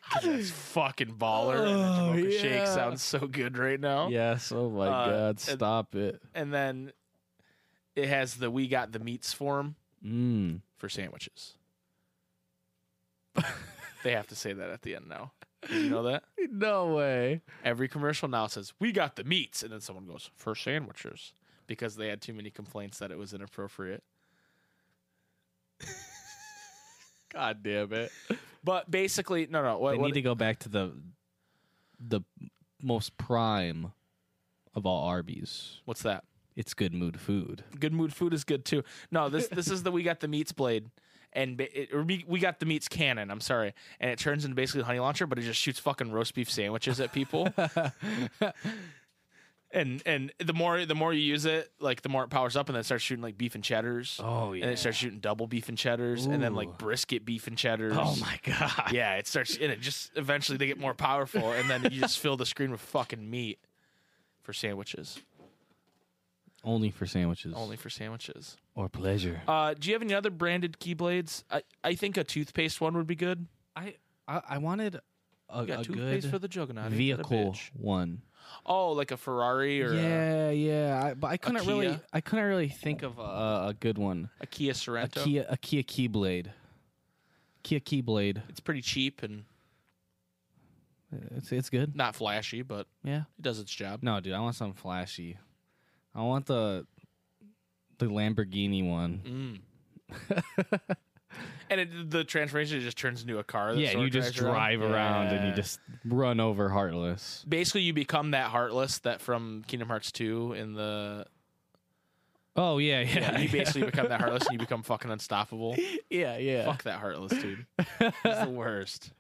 [SPEAKER 2] 'Cause That's fucking baller. and a Jamocha shake
[SPEAKER 4] yeah.
[SPEAKER 2] sounds so good right now.
[SPEAKER 4] Yes. Oh my
[SPEAKER 2] Uh,
[SPEAKER 4] God!
[SPEAKER 2] and-
[SPEAKER 4] Stop it.
[SPEAKER 2] And then it has the we got the meats form
[SPEAKER 4] Mm.
[SPEAKER 2] for sandwiches. they have to say that at the end now. Did you know that?
[SPEAKER 4] No way.
[SPEAKER 2] Every commercial now says, We got the meats. And then someone goes, For sandwiches. Because they had too many complaints that it was inappropriate.
[SPEAKER 4] God damn it.
[SPEAKER 2] But basically, no, no. What,
[SPEAKER 4] they
[SPEAKER 2] what-
[SPEAKER 4] need to go back to the the most prime of all Arby's.
[SPEAKER 2] what's that?
[SPEAKER 4] It's good mood food.
[SPEAKER 2] Good mood food is good too. No, this this is the we got the meats blade, and ba- it, or we, we got the meats cannon. I'm sorry, and it turns into basically a honey launcher, but it just shoots fucking roast beef sandwiches at people. and and the more the more you use it, like the more it powers up, and then it starts shooting like beef and cheddars.
[SPEAKER 4] Oh
[SPEAKER 2] And it starts shooting double beef and cheddars, and then like
[SPEAKER 4] Ooh.
[SPEAKER 2] brisket beef and cheddars.
[SPEAKER 4] Oh my god.
[SPEAKER 2] Yeah, it starts, and it just eventually they get more powerful, and then you just fill the screen with fucking meat for sandwiches.
[SPEAKER 4] Only for sandwiches.
[SPEAKER 2] Only for sandwiches.
[SPEAKER 4] or pleasure.
[SPEAKER 2] Uh, do you have any other branded keyblades? I, I think a toothpaste one would be good.
[SPEAKER 4] I I, I wanted a,
[SPEAKER 2] You got
[SPEAKER 4] a
[SPEAKER 2] toothpaste
[SPEAKER 4] good
[SPEAKER 2] for the juggernaut. ain't that a
[SPEAKER 4] vehicle
[SPEAKER 2] bitch?
[SPEAKER 4] one.
[SPEAKER 2] Oh, like a Ferrari or a,
[SPEAKER 4] yeah, yeah. I, but I couldn't really
[SPEAKER 2] Kia?
[SPEAKER 4] I couldn't really think of a, a good one.
[SPEAKER 2] a Kia Sorento.
[SPEAKER 4] A Kia a Kia Keyblade. Kia Keyblade.
[SPEAKER 2] It's pretty cheap and
[SPEAKER 4] It's it's good.
[SPEAKER 2] not flashy, but
[SPEAKER 4] Yeah.
[SPEAKER 2] it does its job.
[SPEAKER 4] No, dude, I want something flashy. I want the the Lamborghini one.
[SPEAKER 2] Mm. and it, the transformation just turns into a car. That
[SPEAKER 4] yeah,
[SPEAKER 2] Sora
[SPEAKER 4] you just
[SPEAKER 2] drives around.
[SPEAKER 4] drive around and you
[SPEAKER 2] Yeah.
[SPEAKER 4] just run over Heartless.
[SPEAKER 2] basically you become that heartless that from Kingdom Hearts two in the
[SPEAKER 4] Oh yeah, yeah.
[SPEAKER 2] yeah, you basically become that heartless and you become fucking unstoppable.
[SPEAKER 4] yeah, yeah.
[SPEAKER 2] Fuck that heartless dude. He's the worst.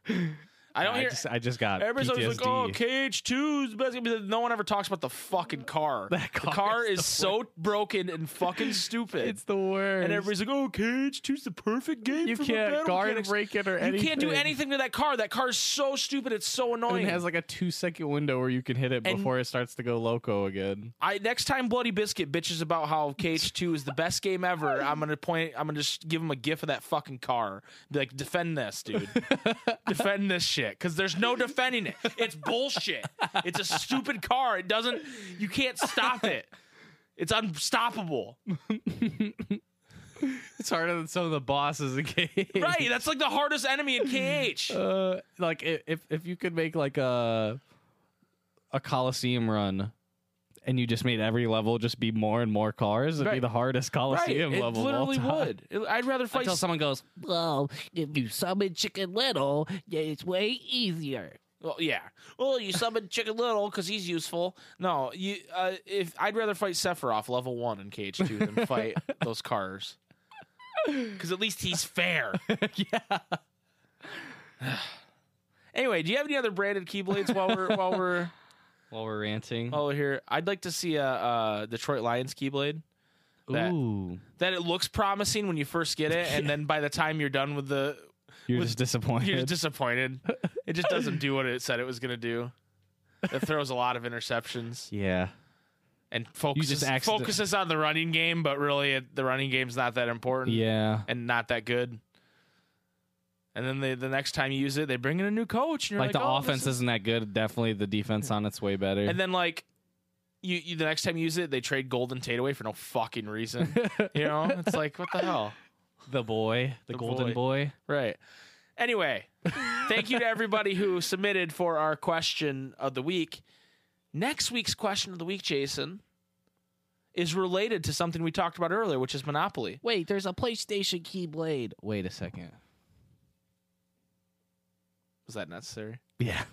[SPEAKER 2] I don't
[SPEAKER 4] I
[SPEAKER 2] hear.
[SPEAKER 4] just I just got
[SPEAKER 2] Everybody's
[SPEAKER 4] PTSD.
[SPEAKER 2] always like, "Oh, KH 2s best." No one ever talks about the fucking car.
[SPEAKER 4] That
[SPEAKER 2] the
[SPEAKER 4] car
[SPEAKER 2] car
[SPEAKER 4] is
[SPEAKER 2] is, so broken and fucking stupid.
[SPEAKER 4] It's the worst.
[SPEAKER 2] and everybody's like, "Oh, KH 2's the perfect game."
[SPEAKER 4] you
[SPEAKER 2] for
[SPEAKER 4] can't
[SPEAKER 2] battle
[SPEAKER 4] guard
[SPEAKER 2] mechanics."
[SPEAKER 4] break it or
[SPEAKER 2] You
[SPEAKER 4] anything.
[SPEAKER 2] can't do anything to that car. That car is so stupid. It's so
[SPEAKER 4] And
[SPEAKER 2] annoying.
[SPEAKER 4] it has like a two second window where you can hit it
[SPEAKER 2] And-
[SPEAKER 4] before it starts to go loco again.
[SPEAKER 2] I next time Bloody Biscuit bitches about how KH2 is the best game ever, I'm gonna point. I'm gonna just give him a gif of that fucking car. Be like, defend this, dude. defend this shit, because there's no defending it. It's bullshit. It's a stupid car. It doesn't. You can't stop it. It's unstoppable.
[SPEAKER 4] It's harder than some of the bosses in game.
[SPEAKER 2] Right. That's like the hardest enemy in KH.
[SPEAKER 4] Uh, like i- if if you could make like a a coliseum run and you just made every level just be more and more cars it'd be
[SPEAKER 2] Right.
[SPEAKER 4] the hardest
[SPEAKER 2] Right.
[SPEAKER 4] coliseum
[SPEAKER 2] It
[SPEAKER 4] level of all
[SPEAKER 2] literally
[SPEAKER 4] time.
[SPEAKER 2] would. It- I'd rather fight.
[SPEAKER 4] until someone goes
[SPEAKER 6] Well, if you summon Chicken Little, it's way easier.
[SPEAKER 2] Well, yeah. Well, you summon Chicken Little because he's useful. No, you. Uh, if I'd rather fight Sephiroth level one in KH two than fight those cars, because at least he's fair.
[SPEAKER 4] yeah
[SPEAKER 2] anyway, do you have any other branded Keyblades while we're while we're
[SPEAKER 4] while we're ranting
[SPEAKER 2] while we're here? I'd like to see a, uh Detroit Lions Keyblade. that-
[SPEAKER 4] ooh
[SPEAKER 2] That it looks promising when you first get it, and then by the time you're done with the,
[SPEAKER 4] you're
[SPEAKER 2] with-
[SPEAKER 4] just disappointed
[SPEAKER 2] you're disappointed. It just doesn't do what it said it was gonna do. It throws a lot of interceptions.
[SPEAKER 4] yeah
[SPEAKER 2] and focuses
[SPEAKER 4] just accident-
[SPEAKER 2] focuses on the running game, but really it, the running game's not that important
[SPEAKER 4] yeah
[SPEAKER 2] and not that good. And then they, the next time you use it, they bring in a new coach. And you're
[SPEAKER 4] like,
[SPEAKER 2] like,
[SPEAKER 4] the
[SPEAKER 2] "Oh, this
[SPEAKER 4] offense
[SPEAKER 2] is-"
[SPEAKER 4] isn't that good definitely the defense on its way better
[SPEAKER 2] And then like you, you, the next time you use it, they trade Golden Tate away for no fucking reason. you know, it's like what the hell,
[SPEAKER 4] the boy the,
[SPEAKER 2] The
[SPEAKER 4] golden
[SPEAKER 2] boy.
[SPEAKER 4] boy
[SPEAKER 2] right? Anyway, thank you to everybody who submitted for our question of the week. Next week's question of the week, Jason, is related to something we talked about earlier, which is Monopoly.
[SPEAKER 6] Wait, there's a PlayStation Keyblade.
[SPEAKER 4] wait a second
[SPEAKER 2] Was that necessary?
[SPEAKER 4] yeah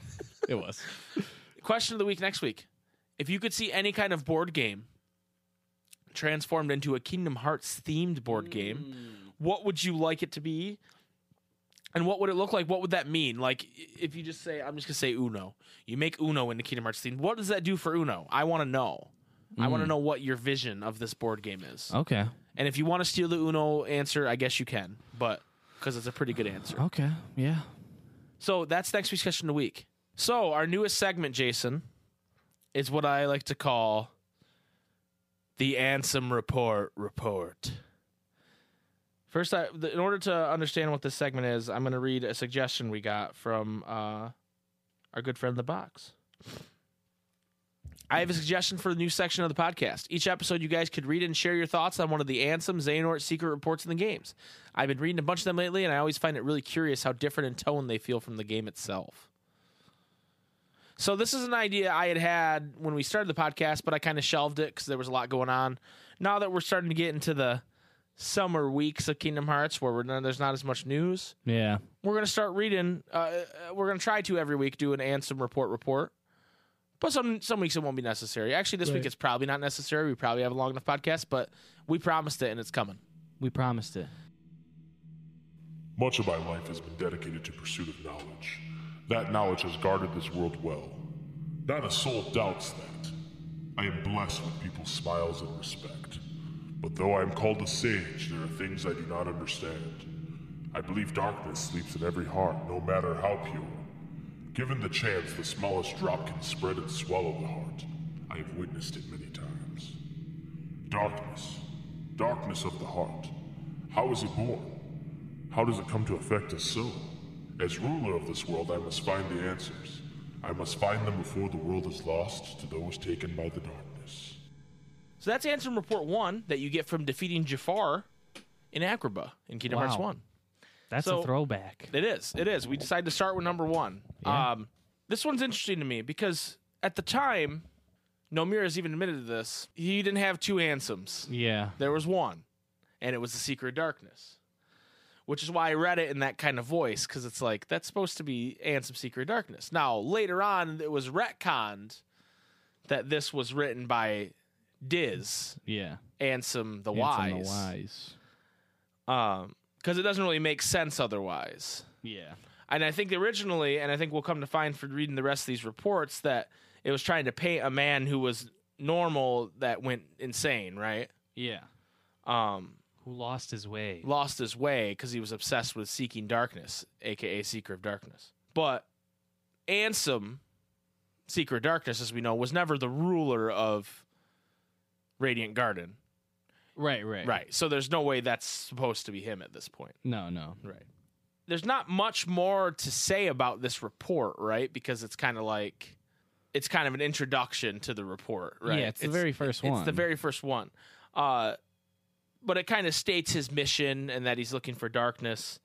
[SPEAKER 4] it was
[SPEAKER 2] Question of the week next week. If you could see any kind of board game transformed into a Kingdom Hearts themed board game, what would you like it to be? And what would it look like? What would that mean? Like, i- if you just say, I'm just going to say Uno, you make Uno into Kingdom Hearts themed, what does that do for Uno? I want to know. I want to know what your vision of this board game is.
[SPEAKER 4] okay
[SPEAKER 2] And if you want to steal the Uno answer, I guess you can, but because it's a pretty good answer.
[SPEAKER 4] okay yeah
[SPEAKER 2] So that's next week's question of the week. So our newest segment, Jason, is what I like to call the Ansem Report report. First, I, the, in order to understand what this segment is, I'm going to read a suggestion we got from uh, our good friend the box. I have a suggestion for the new section of the podcast. Each episode, you guys could read and share your thoughts on one of the Ansem, Xehanort secret reports in the games. I've been reading a bunch of them lately, and I always find it really curious how different in tone they feel from the game itself. So this is an idea I had had when we started the podcast, but I kind of shelved it because there was a lot going on. Now that we're starting to get into the summer weeks of Kingdom Hearts, where we're, there's not as much news,
[SPEAKER 4] Yeah.
[SPEAKER 2] we're gonna start reading. Uh, uh, we're gonna try to every week do an Ansem report report. But some some weeks it won't be necessary. Actually, this week it's probably not necessary. We probably have a long enough podcast, but we promised it and it's coming.
[SPEAKER 4] We promised it.
[SPEAKER 7] Much of my life has been dedicated to pursuit of knowledge. That knowledge has guarded this world well. Not a soul doubts that. I am blessed with people's smiles and respect. But though I am called a sage, there are things I do not understand. I believe darkness sleeps in every heart, no matter how pure. Given the chance, the smallest drop can spread and swallow the heart. I have witnessed it many times. Darkness. Darkness of the heart. How is it born? How does it come to affect us so? As ruler of this world, I must find the answers. I must find them before the world is lost to those taken by the darkness.
[SPEAKER 2] So that's Ansem report one that you get from defeating Jafar in Agrabah in Kingdom Hearts
[SPEAKER 3] Wow.
[SPEAKER 2] one.
[SPEAKER 3] That's
[SPEAKER 2] So-
[SPEAKER 3] a throwback.
[SPEAKER 2] It is. It is. We decided to start with number one. Um, this one's interesting to me because at the time, Nomura's even admitted to this. He didn't have two Ansems.
[SPEAKER 4] Yeah.
[SPEAKER 2] There was one, and it was the Secret of Darkness, which is why I read it in that kind of voice because it's like that's supposed to be Ansem Secret of Darkness. Now later on, it was retconned that this was written by Diz
[SPEAKER 4] Yeah.
[SPEAKER 2] Ansem the
[SPEAKER 4] Ansem
[SPEAKER 2] Wise,
[SPEAKER 4] The wise.
[SPEAKER 2] Um, because it doesn't really make sense otherwise.
[SPEAKER 4] Yeah.
[SPEAKER 2] And I think originally, and I think we'll come to find from reading the rest of these reports that it was trying to paint a man who was normal that went insane, right?
[SPEAKER 4] Yeah.
[SPEAKER 2] Um,
[SPEAKER 3] Who lost his way?
[SPEAKER 2] lost his way because he was obsessed with seeking darkness, aka Seeker of Darkness. But Ansem, Seeker of Darkness, as we know, was never the ruler of Radiant Garden.
[SPEAKER 4] Right. Right.
[SPEAKER 2] Right. So there's no way that's supposed to be him at this point.
[SPEAKER 4] No. No.
[SPEAKER 2] Right. There's not much more to say about this report, right? Because it's kind of like it's kind of an introduction to the report, right?
[SPEAKER 4] Yeah. It's, the very first one.
[SPEAKER 2] It's the very first one. Uh, but it kind of states his mission and that he's looking for darkness.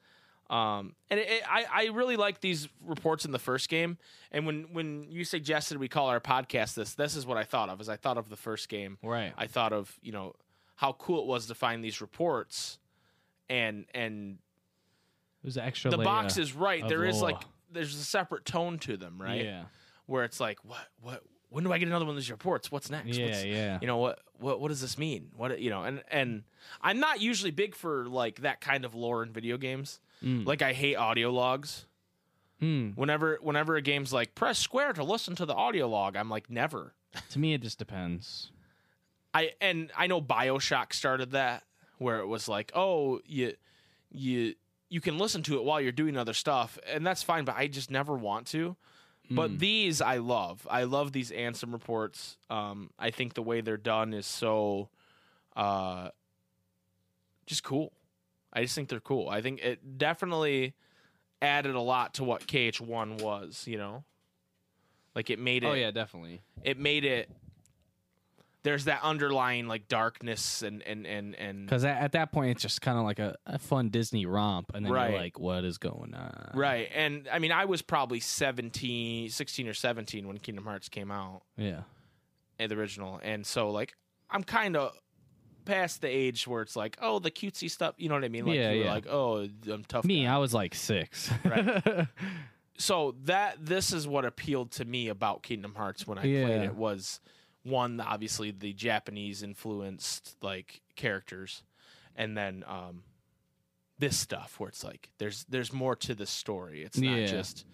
[SPEAKER 2] Um, and it, it, I, I really like these reports in the first game. And when, when you suggested we call our podcast this, this is what I thought of. Is I thought of the first game.
[SPEAKER 4] right.
[SPEAKER 2] I thought of you know how cool it was to find these reports, and and
[SPEAKER 4] It was an extra.
[SPEAKER 2] the
[SPEAKER 4] layer
[SPEAKER 2] box is right.
[SPEAKER 4] uh, of
[SPEAKER 2] There is
[SPEAKER 4] lore.
[SPEAKER 2] like there's a separate tone to them, right?
[SPEAKER 4] Yeah.
[SPEAKER 2] Where it's like what what when do I get another one of these reports? What's next?
[SPEAKER 4] Yeah.
[SPEAKER 2] What's-
[SPEAKER 4] Yeah.
[SPEAKER 2] you know what what what does this mean what you know and and i'm not usually big for like that kind of lore in video games
[SPEAKER 4] Mm.
[SPEAKER 2] like i hate audio logs
[SPEAKER 4] Hmm.
[SPEAKER 2] whenever whenever a game's like press square to listen to the audio log i'm like never
[SPEAKER 4] To me, it just depends.
[SPEAKER 2] i and i know bioshock started that where it was like oh you you you can listen to it while you're doing other stuff and that's fine but i just never want to but these I love. I love these Ansem reports. Um, I think the way they're done is so, uh, just cool. I just think they're cool. I think it definitely added a lot to what KH one was. You know, like it made it.
[SPEAKER 4] Oh yeah, definitely.
[SPEAKER 2] It made it. There's that underlying like darkness and and and and
[SPEAKER 4] Because at, at that point, it's just kind of like a, a fun Disney romp, and then
[SPEAKER 2] Right.
[SPEAKER 4] you're like, "What is going on?"
[SPEAKER 2] right. And I mean, I was probably 17, 16 or seventeen when Kingdom Hearts came out. eh,
[SPEAKER 4] Yeah.
[SPEAKER 2] the original. And so like I'm kind of past the age where it's like, oh, the cutesy stuff. You know what I mean? Like
[SPEAKER 4] Yeah,
[SPEAKER 2] you were
[SPEAKER 4] yeah.
[SPEAKER 2] like, oh, I'm tough.
[SPEAKER 4] Me,
[SPEAKER 2] guy.
[SPEAKER 4] I was like six.
[SPEAKER 2] Right. so that this is what appealed to me about Kingdom Hearts when I played
[SPEAKER 4] Yeah.
[SPEAKER 2] it was one, obviously the Japanese influenced like characters, and then um this stuff where it's like there's there's more to the story. It's not
[SPEAKER 4] Yeah.
[SPEAKER 2] just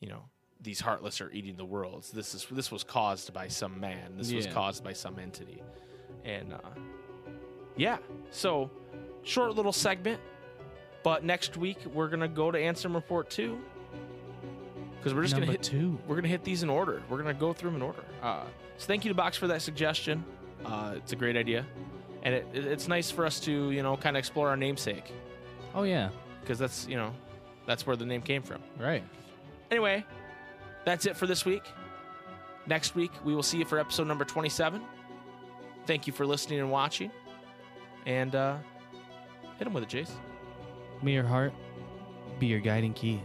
[SPEAKER 2] you know these heartless are eating the world. This is this was caused by some man. This was
[SPEAKER 4] Yeah.
[SPEAKER 2] caused by some entity, and uh, yeah. So short little segment, but next week we're gonna go to Ansem Report two because we're just
[SPEAKER 4] Number
[SPEAKER 2] gonna hit
[SPEAKER 4] two.
[SPEAKER 2] we're gonna hit these in order. We're gonna go through them in order. Uh, so thank you to Box for that suggestion. Uh, it's a great idea, and it, it- it's nice for us to you know kind of explore our namesake
[SPEAKER 4] Oh yeah,
[SPEAKER 2] because that's you know that's where the name came from.
[SPEAKER 4] right.
[SPEAKER 2] Anyway, that's it for this week. Next week, we will see you for episode number 27. Thank you for listening and watching. And uh, hit him with it, Jace.
[SPEAKER 4] May your heart be your guiding key.